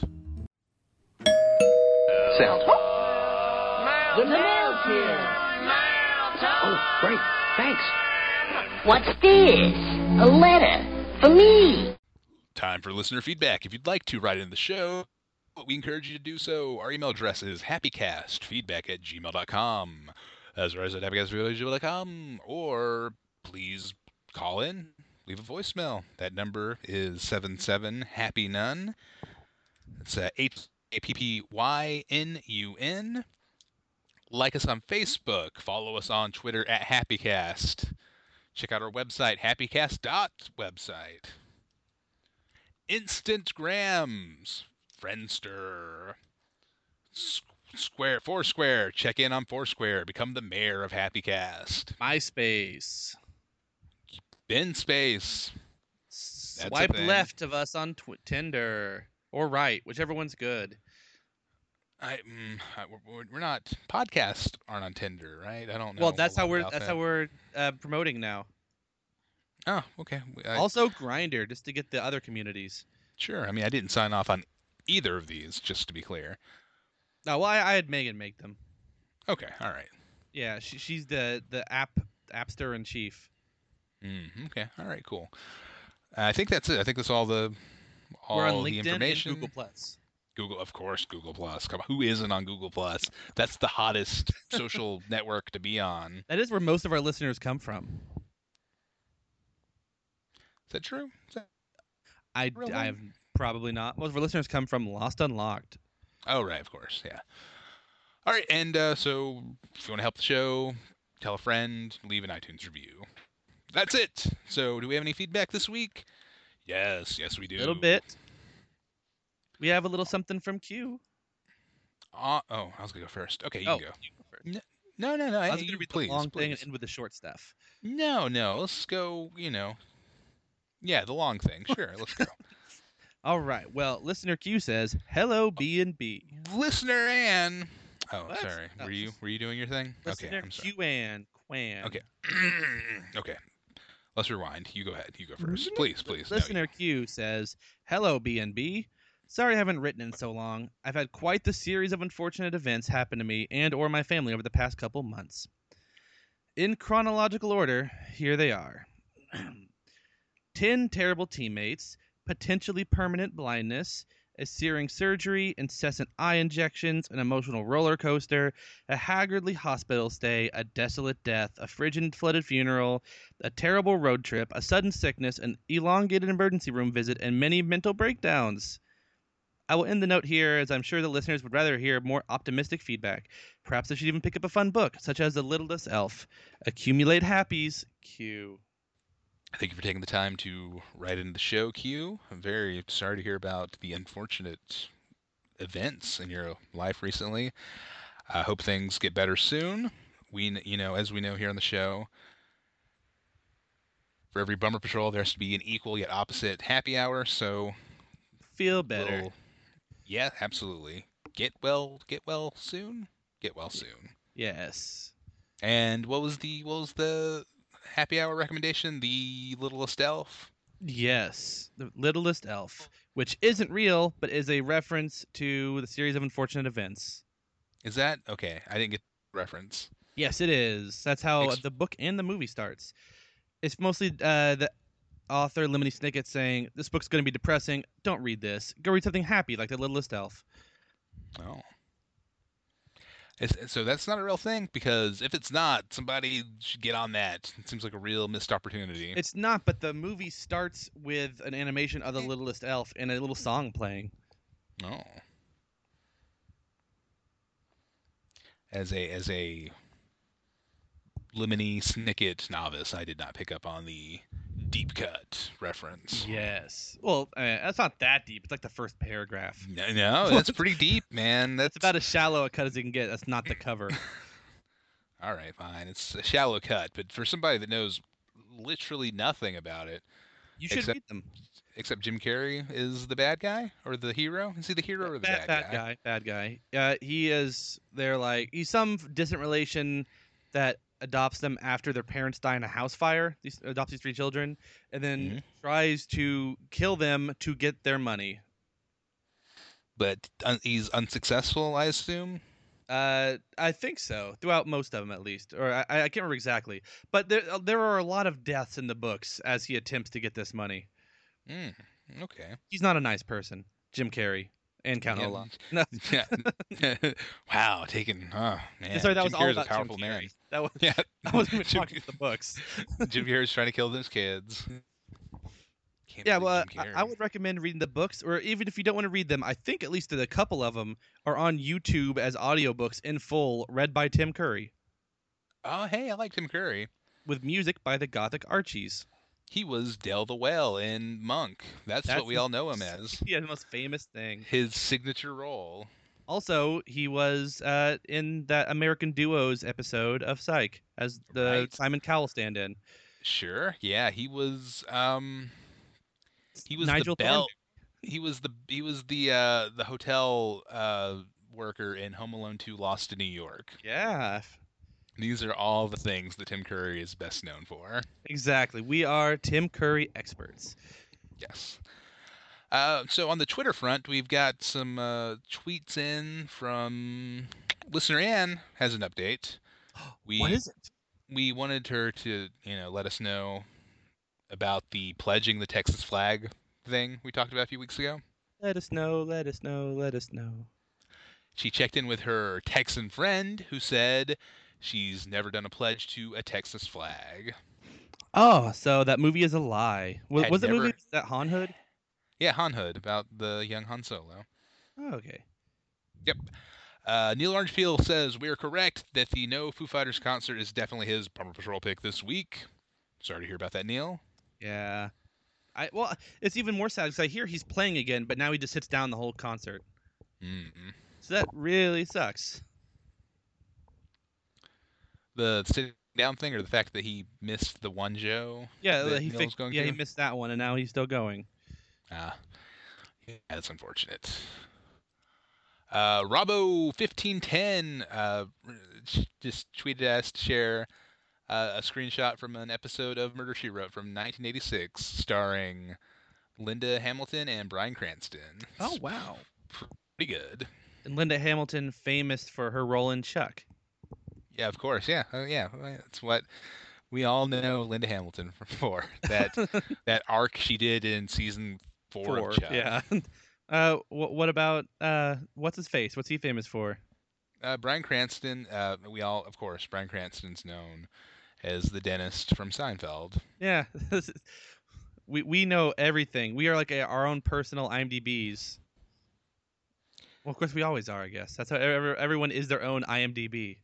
S7: The mail kid.
S3: Oh, great. Thanks. What's this? A letter for me.
S1: Time for listener feedback. If you'd like to write in the show, we encourage you to do so. Our email address is happycastfeedback at gmail.com. That's right, at happycastfeedback.com. Or please call in, leave a voicemail. That number is 77 Happy Nun. It's uh, H A P P Y N U N. Like us on Facebook. Follow us on Twitter at HappyCast. Check out our website, happycast.website. Instagrams, Friendster, S- Square, Foursquare. Check in on Foursquare. Become the mayor of HappyCast.
S2: MySpace.
S1: Bin Space. a
S2: Swipe
S1: thing.
S2: left of us on tw- Tinder or right, whichever one's good.
S1: I, mm, I- we're- we're, we're not podcasts aren't on Tinder, right? I don't know.
S2: well, that's
S1: a
S2: how
S1: lot
S2: we're
S1: about
S2: that's
S1: that.
S2: how we're uh, promoting now.
S1: Oh, okay. We- I-
S2: also, Grinder just to get the other communities.
S1: sure. I mean, I didn't sign off on either of these, just to be clear.
S2: No, well, I, I had Megan make them.
S1: Okay. All right.
S2: Yeah, she, she's the the app appster in chief.
S1: Mm, okay. All right. Cool. I think that's it. I think that's all the all
S2: we're on
S1: the
S2: LinkedIn and
S1: information.
S2: Google Plus.
S1: Google, of course, Google Plus. Come on, who isn't on Google Plus? That's the hottest social network to be on. Is
S2: That is where most of our listeners come from.
S1: that true? Is that-
S2: I
S1: Really?
S2: I've probably not. Most of our listeners come from Lost Unlocked.
S1: Oh, right, of course, yeah. All right, and uh, so if you want to help the show, tell a friend, leave an iTunes review. That's it. So, do we have any feedback this week? Yes, yes, we do.
S2: A little bit. We have a little something from Q.
S1: Uh, oh, I was gonna go first. Okay, you
S2: oh,
S1: can go.
S2: you go first.
S1: No, no, no.
S2: I was
S1: you-
S2: going to read
S1: please,
S2: the long thing
S1: please.
S2: and end with the short stuff.
S1: No, no. Let's go. You know. Yeah, the long thing. Sure, let's go.
S2: All right. Well, listener Q says, "Hello B and B."
S1: listener Anne. Oh,
S2: What?
S1: sorry.
S2: No,
S1: Were you
S2: lis-
S1: were you doing your thing?
S2: Listener
S1: okay, I'm sorry.
S2: Q and Quan.
S1: Okay. okay. Let's rewind. You go ahead. You go first, please, please. no, you-
S2: Listener Q says, "Hello B and B. Sorry I haven't written in so long. I've had quite the series of unfortunate events happen to me and or my family over the past couple months. In chronological order, here they are. 10 terrible teammates, potentially permanent blindness, a searing surgery, incessant eye injections, an emotional roller coaster, a haggardly hospital stay, a desolate death, a frigid and flooded funeral, a terrible road trip, a sudden sickness, an elongated emergency room visit, and many mental breakdowns. I will end the note here, as I'm sure the listeners would rather hear more optimistic feedback. Perhaps they should even pick up a fun book, such as The Littlest Elf. Accumulate Happies. Q.
S1: Thank you for taking the time to write into the show, Q. I'm very sorry to hear about the unfortunate events in your life recently. I hope things get better soon. We, kn- you know, as we know here on the show, for every bummer patrol, there has to be an equal yet opposite happy hour. So
S2: Feel better.
S1: will- yeah, absolutely. Get well, get well soon. Get well soon.
S2: Yes.
S1: And what was the what was the happy hour recommendation? The Littlest Elf.
S2: Yes, The Littlest Elf, which isn't real, but is a reference to the series of unfortunate events.
S1: Is that okay? I didn't get the reference.
S2: Yes, it is. That's how
S1: Ex-
S2: the book and the movie starts. It's mostly uh, the author Lemony Snicket saying, "This book's going to be depressing. Don't read this. Go read something happy, like The Littlest Elf."
S1: Oh. It's, so that's not a real thing because if it's not, somebody should get on that. It seems like a real missed opportunity.
S2: It's not, but the movie starts with an animation of The Littlest Elf and a little song playing.
S1: Oh. As a as a Lemony Snicket novice, I did not pick up on the deep cut reference.
S2: Yes. Well, uh, that's not that deep. It's like the first paragraph.
S1: No, no, that's pretty deep, man. That's
S2: Mm-hmm. It's about as shallow a cut as you can get. That's not the cover.
S1: all right, fine. It's a shallow cut, but for somebody that knows literally nothing about it,
S2: You should
S1: Except
S2: read them.
S1: except Jim Carrey is the bad guy or the hero. Is he the hero or the
S2: bad,
S1: bad,
S2: bad guy. Bad guy. Uh, he is. They're like he's some distant relation that adopts them after their parents die in a house fire. These adopts these three children and then
S1: Mhm.
S2: tries to kill them to get their money.
S1: But un- he's unsuccessful, I assume.
S2: Uh, I think so. Throughout most of them, at least, or I, I can't remember exactly. But there, uh, there are a lot of deaths in the books as he attempts to get this money.
S1: Mm, okay.
S2: He's not a nice person, Jim Carrey and Count
S1: Yeah,
S2: Olaf.
S1: yeah. wow, taken. Oh, man.
S2: Sorry, that was
S1: Jim
S2: all
S1: Carrey's
S2: about
S1: a powerful
S2: Jim Carrey.
S1: man.
S2: That was
S1: Yeah,
S2: I wasn't even
S1: Jim
S2: talking about the books.
S1: Jim Carrey's trying to kill those kids. Can't
S2: Yeah,
S1: believe
S2: well, uh,
S1: Jim
S2: I, I
S1: Carrey.
S2: would recommend reading the books, or even if you don't want to read them, I think at least that a couple of them are on YouTube as audiobooks in full, read by Tim Curry,
S1: Oh, hey, I like Tim Curry.
S2: with music by the Gothic Archies.
S1: He was Dell the Well in Monk. That's,
S2: That's
S1: what we
S2: his-
S1: all know him as.
S2: Yeah, the most famous thing.
S1: His signature role.
S2: Also, he was uh, in that American Duos episode of Psych as the
S1: Right.
S2: Simon Cowell stand-in.
S1: Sure. Yeah, he was. Um, he was
S2: Nigel
S1: the bell. He was the he was the uh, the hotel uh, worker in Home Alone 2: Lost in New York.
S2: Yeah,
S1: These are all the things that Tim Curry is best known for.
S2: exactly. We are Tim Curry experts.
S1: Yes. Uh, so on the Twitter front, we've got some uh, tweets in from listener Anne has an update. We
S2: What is it?
S1: we wanted her to you know let us know about the pledging the Texas flag thing we talked about a few weeks ago.
S2: Let us know. Let us know. Let us know.
S1: She checked in with her Texan friend who said she's never done a pledge to a Texas flag.
S2: Oh, so that movie is a lie. Was,
S1: Had
S2: was it
S1: never-
S2: movie that Han Hood?
S1: Yeah, Han Hood about the young Han Solo.
S2: Oh, okay.
S1: Uh, Neil Orangefield says we are correct that the No Foo Fighters concert is definitely his Bumper Patrol pick this week. Sorry to hear about that, Neil.
S2: Yeah. I well, it's even more sad because I hear he's playing again, but now he just sits down the whole concert.
S1: Mm-mm.
S2: So that really sucks.
S1: The sitting down thing, or the fact that he missed the one Joe.
S2: Yeah,
S1: that
S2: he
S1: Neil's
S2: fixed,
S1: going
S2: yeah, he
S1: to?
S2: missed that one, and now he's still going.
S1: Ah, yeah, that's unfortunate. Uh, Robbo fifteen ten uh, r- sh- just tweeted us to share uh, a screenshot from an episode of Murder She Wrote from 1986, starring Linda Hamilton and Brian Cranston. It's
S2: wow!
S1: pretty good.
S2: And Linda Hamilton, famous for her role in Chuck.
S1: Yeah, of course. Yeah, oh, yeah. well, yeah, That's what we all know Linda Hamilton for. for, That that arc she did in season four,
S2: Four,
S1: of Chuck.
S2: yeah. Uh, what, what about uh, what's his face? What's he famous for?
S1: Uh, Brian Cranston. Uh, we all, of course, Brian Cranston's known as the dentist from Seinfeld.
S2: Yeah, this is- we we know everything. We are like a, our own personal IMDb's. Well, of course we always are. I guess that's how ever, everyone is their own IMDb.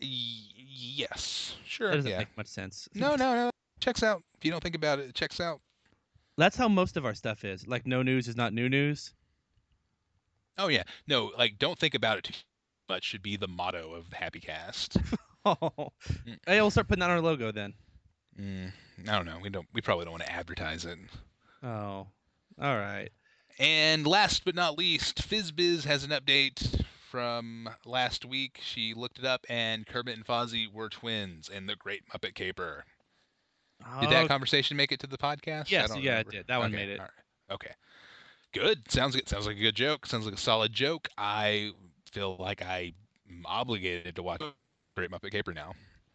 S1: Y- yes,
S2: That
S1: sure.
S2: doesn't
S1: Yeah.
S2: make much sense.
S1: No, no, no. Checks out. If you don't think about it, it checks out.
S2: that's how most of our stuff is. Like, no news is not new news.
S1: Oh yeah. No, like don't think about it too much should be the motto of Happy Cast.
S2: Oh, hey, we'll start putting that on our logo then.
S1: Mm, I don't know. We don't. We probably don't want to advertise it.
S2: Oh, all right.
S1: And last but not least, FizzBiz has an update from last week. She looked it up, and Kermit and Fozzie were twins in The Great Muppet Caper. Did
S2: Oh,
S1: that conversation make it to the podcast? I
S2: Yes,
S1: don't
S2: yeah, it
S1: remember.
S2: did. That one
S1: Okay,
S2: made it.
S1: all right. Okay. Good. Sounds good. Sounds like a good joke. Sounds like a solid joke. I feel like I'm obligated to watch Great Muppet Caper now.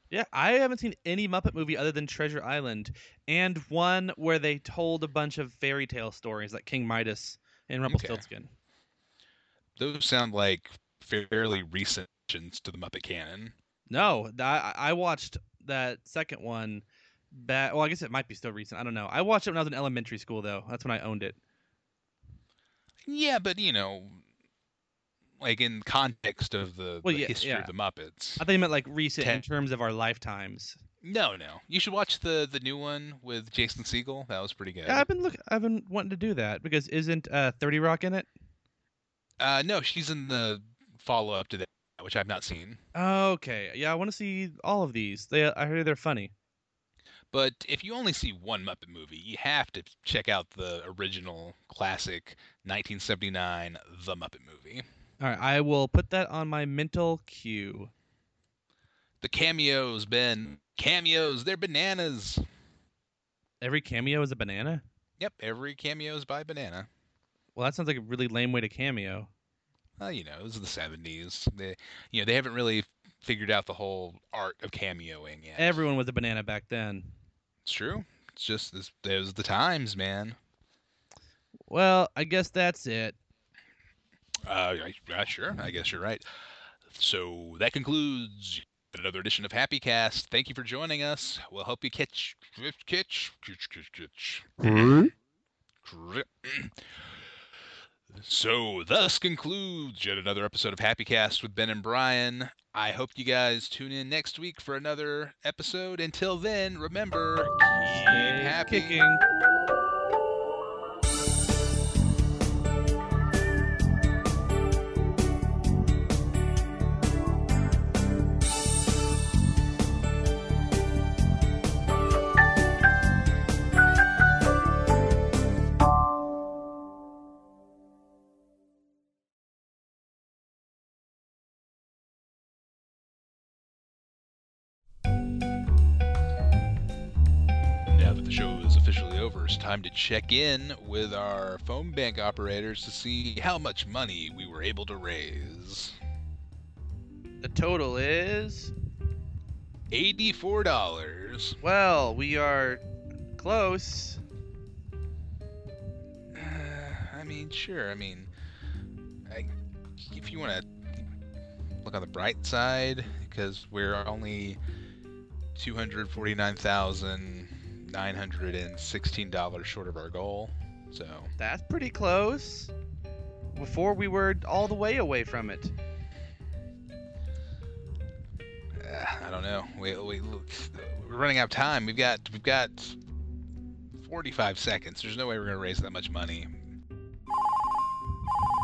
S2: Yeah, I haven't seen any Muppet movie other than Treasure Island and one where they told a bunch of fairy tale stories like King Midas and Rumpelstiltskin.
S1: Those sound like fairly recent additions to the Muppet canon.
S2: No, th- I, I watched that second one back. Well, I guess it might be still recent. I don't know. I watched it when I was in elementary school, though. That's when I owned it.
S1: Yeah, but you know, like in context of the,
S2: Well,
S1: the
S2: yeah,
S1: history
S2: yeah.
S1: of the Muppets.
S2: I thought you meant like recent in
S1: Ten-
S2: terms of our lifetimes.
S1: No, no. You should watch the the new one with Jason Siegel. That was pretty good.
S8: Yeah, I've been look. I've been wanting to do that because isn't uh, Thirty Rock in it?
S1: Uh, no, she's in the follow up to that, which I've not seen.
S8: Okay, yeah, I want to see all of these. They, I hear they're funny.
S1: But if you only see one Muppet movie, you have to check out the original classic 1979 The Muppet Movie.
S8: All right, I will put that on my mental cue.
S1: The cameos, Ben. Cameos, they're bananas.
S8: Every cameo is a banana.
S1: Yep, every cameo is by banana.
S8: Well, that sounds like a really lame way to cameo.
S1: Well, Uh, you know, it was the 70s. They, you know, they haven't really figured out the whole art of cameoing yet.
S8: Everyone was a banana back then.
S1: It's true. It's just it's, it was the times, man.
S8: Well, I guess that's it.
S1: Uh, I, uh, sure. I guess you're right. So that concludes another edition of Happy Cast. Thank you for joining us. We'll help you catch, catch, catch, catch, catch. catch. So thus concludes yet another episode of Happy Cast with Ben and Brian. I hope you guys tune in next week for another episode. Until then, remember, keep happy.
S8: Kicking.
S1: Now that the show is officially over, it's time to check in with our phone bank operators to see how much money we were able to raise.
S2: The total is
S1: Eighty-four dollars.
S2: well, we are close.
S1: Uh, I mean, sure. I mean, I, if you want to look on the bright side, because we're only two hundred forty-nine thousand nine hundred and sixteen dollars short of our goal. So
S2: That's pretty close. Before we were all the way away from it.
S1: uh, I don't know. We, we look, we're running out of time. We've got we've got forty-five seconds. There's no way we're gonna raise that much money.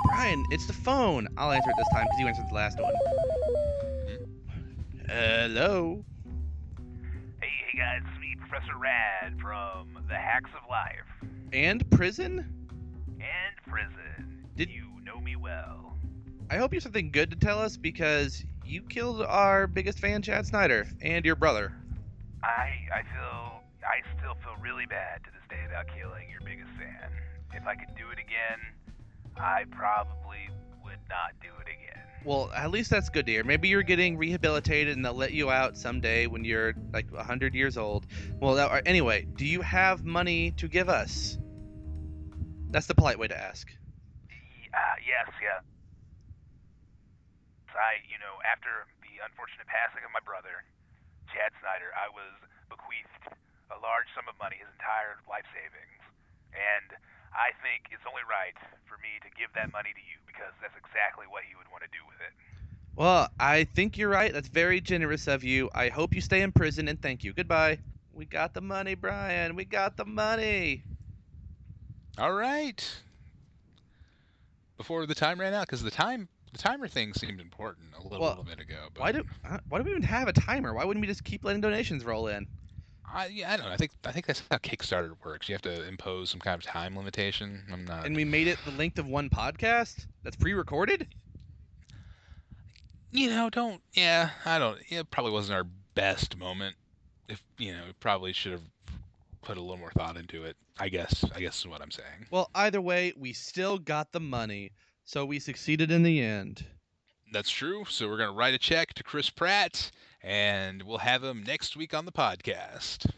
S2: Brian, it's the phone. I'll answer it this time because you answered the last one. Hello.
S9: Hmm? Hey, hey guys, it's me, Professor Rad from The Hacks of Life
S2: And prison?
S9: and Prison.
S2: Did-
S9: You know me well.
S2: I hope you have something good to tell us because you killed our biggest fan, Chad Snyder, and your brother.
S9: I I feel I still feel really bad to this day about killing your biggest fan. If I could do it again, I probably would not do it again.
S2: Well, at least that's good to hear. Maybe you're getting rehabilitated and they'll let you out someday when you're like 100 years old. Well, that, or- anyway, do you have money to give us? That's the polite way to ask.
S9: Y- Uh, yes, yeah. I, you know, after the unfortunate passing of my brother, Chad Snyder, I was bequeathed a large sum of money, his entire life savings. And I think it's only right for me to give that money to you because that's exactly what he would want to do with it.
S2: Well, I think you're right. That's very generous of you. I hope you stay in prison and thank you. Goodbye. We got the money, Brian. We got the money.
S1: All right. Before the time ran out, because the time the timer thing seemed important a little,
S2: Well,
S1: bit ago. But
S2: Why do uh, why do we even have a timer? Why wouldn't we just keep letting donations roll in?
S1: I? Yeah, I don't know. I think I think that's how Kickstarter works. You have to impose some kind of time limitation. I'm not.
S2: And we made it the length of one podcast. That's pre-recorded.
S1: you know, don't. Yeah, I don't. It probably wasn't our best moment. If you know, we probably should have put a little more thought into it. I guess. I guess is what I'm saying.
S8: Well, either way, we still got the money, so we succeeded in the end.
S1: That's true. So we're gonna write a check to Chris Pratt, and we'll have him next week on the podcast.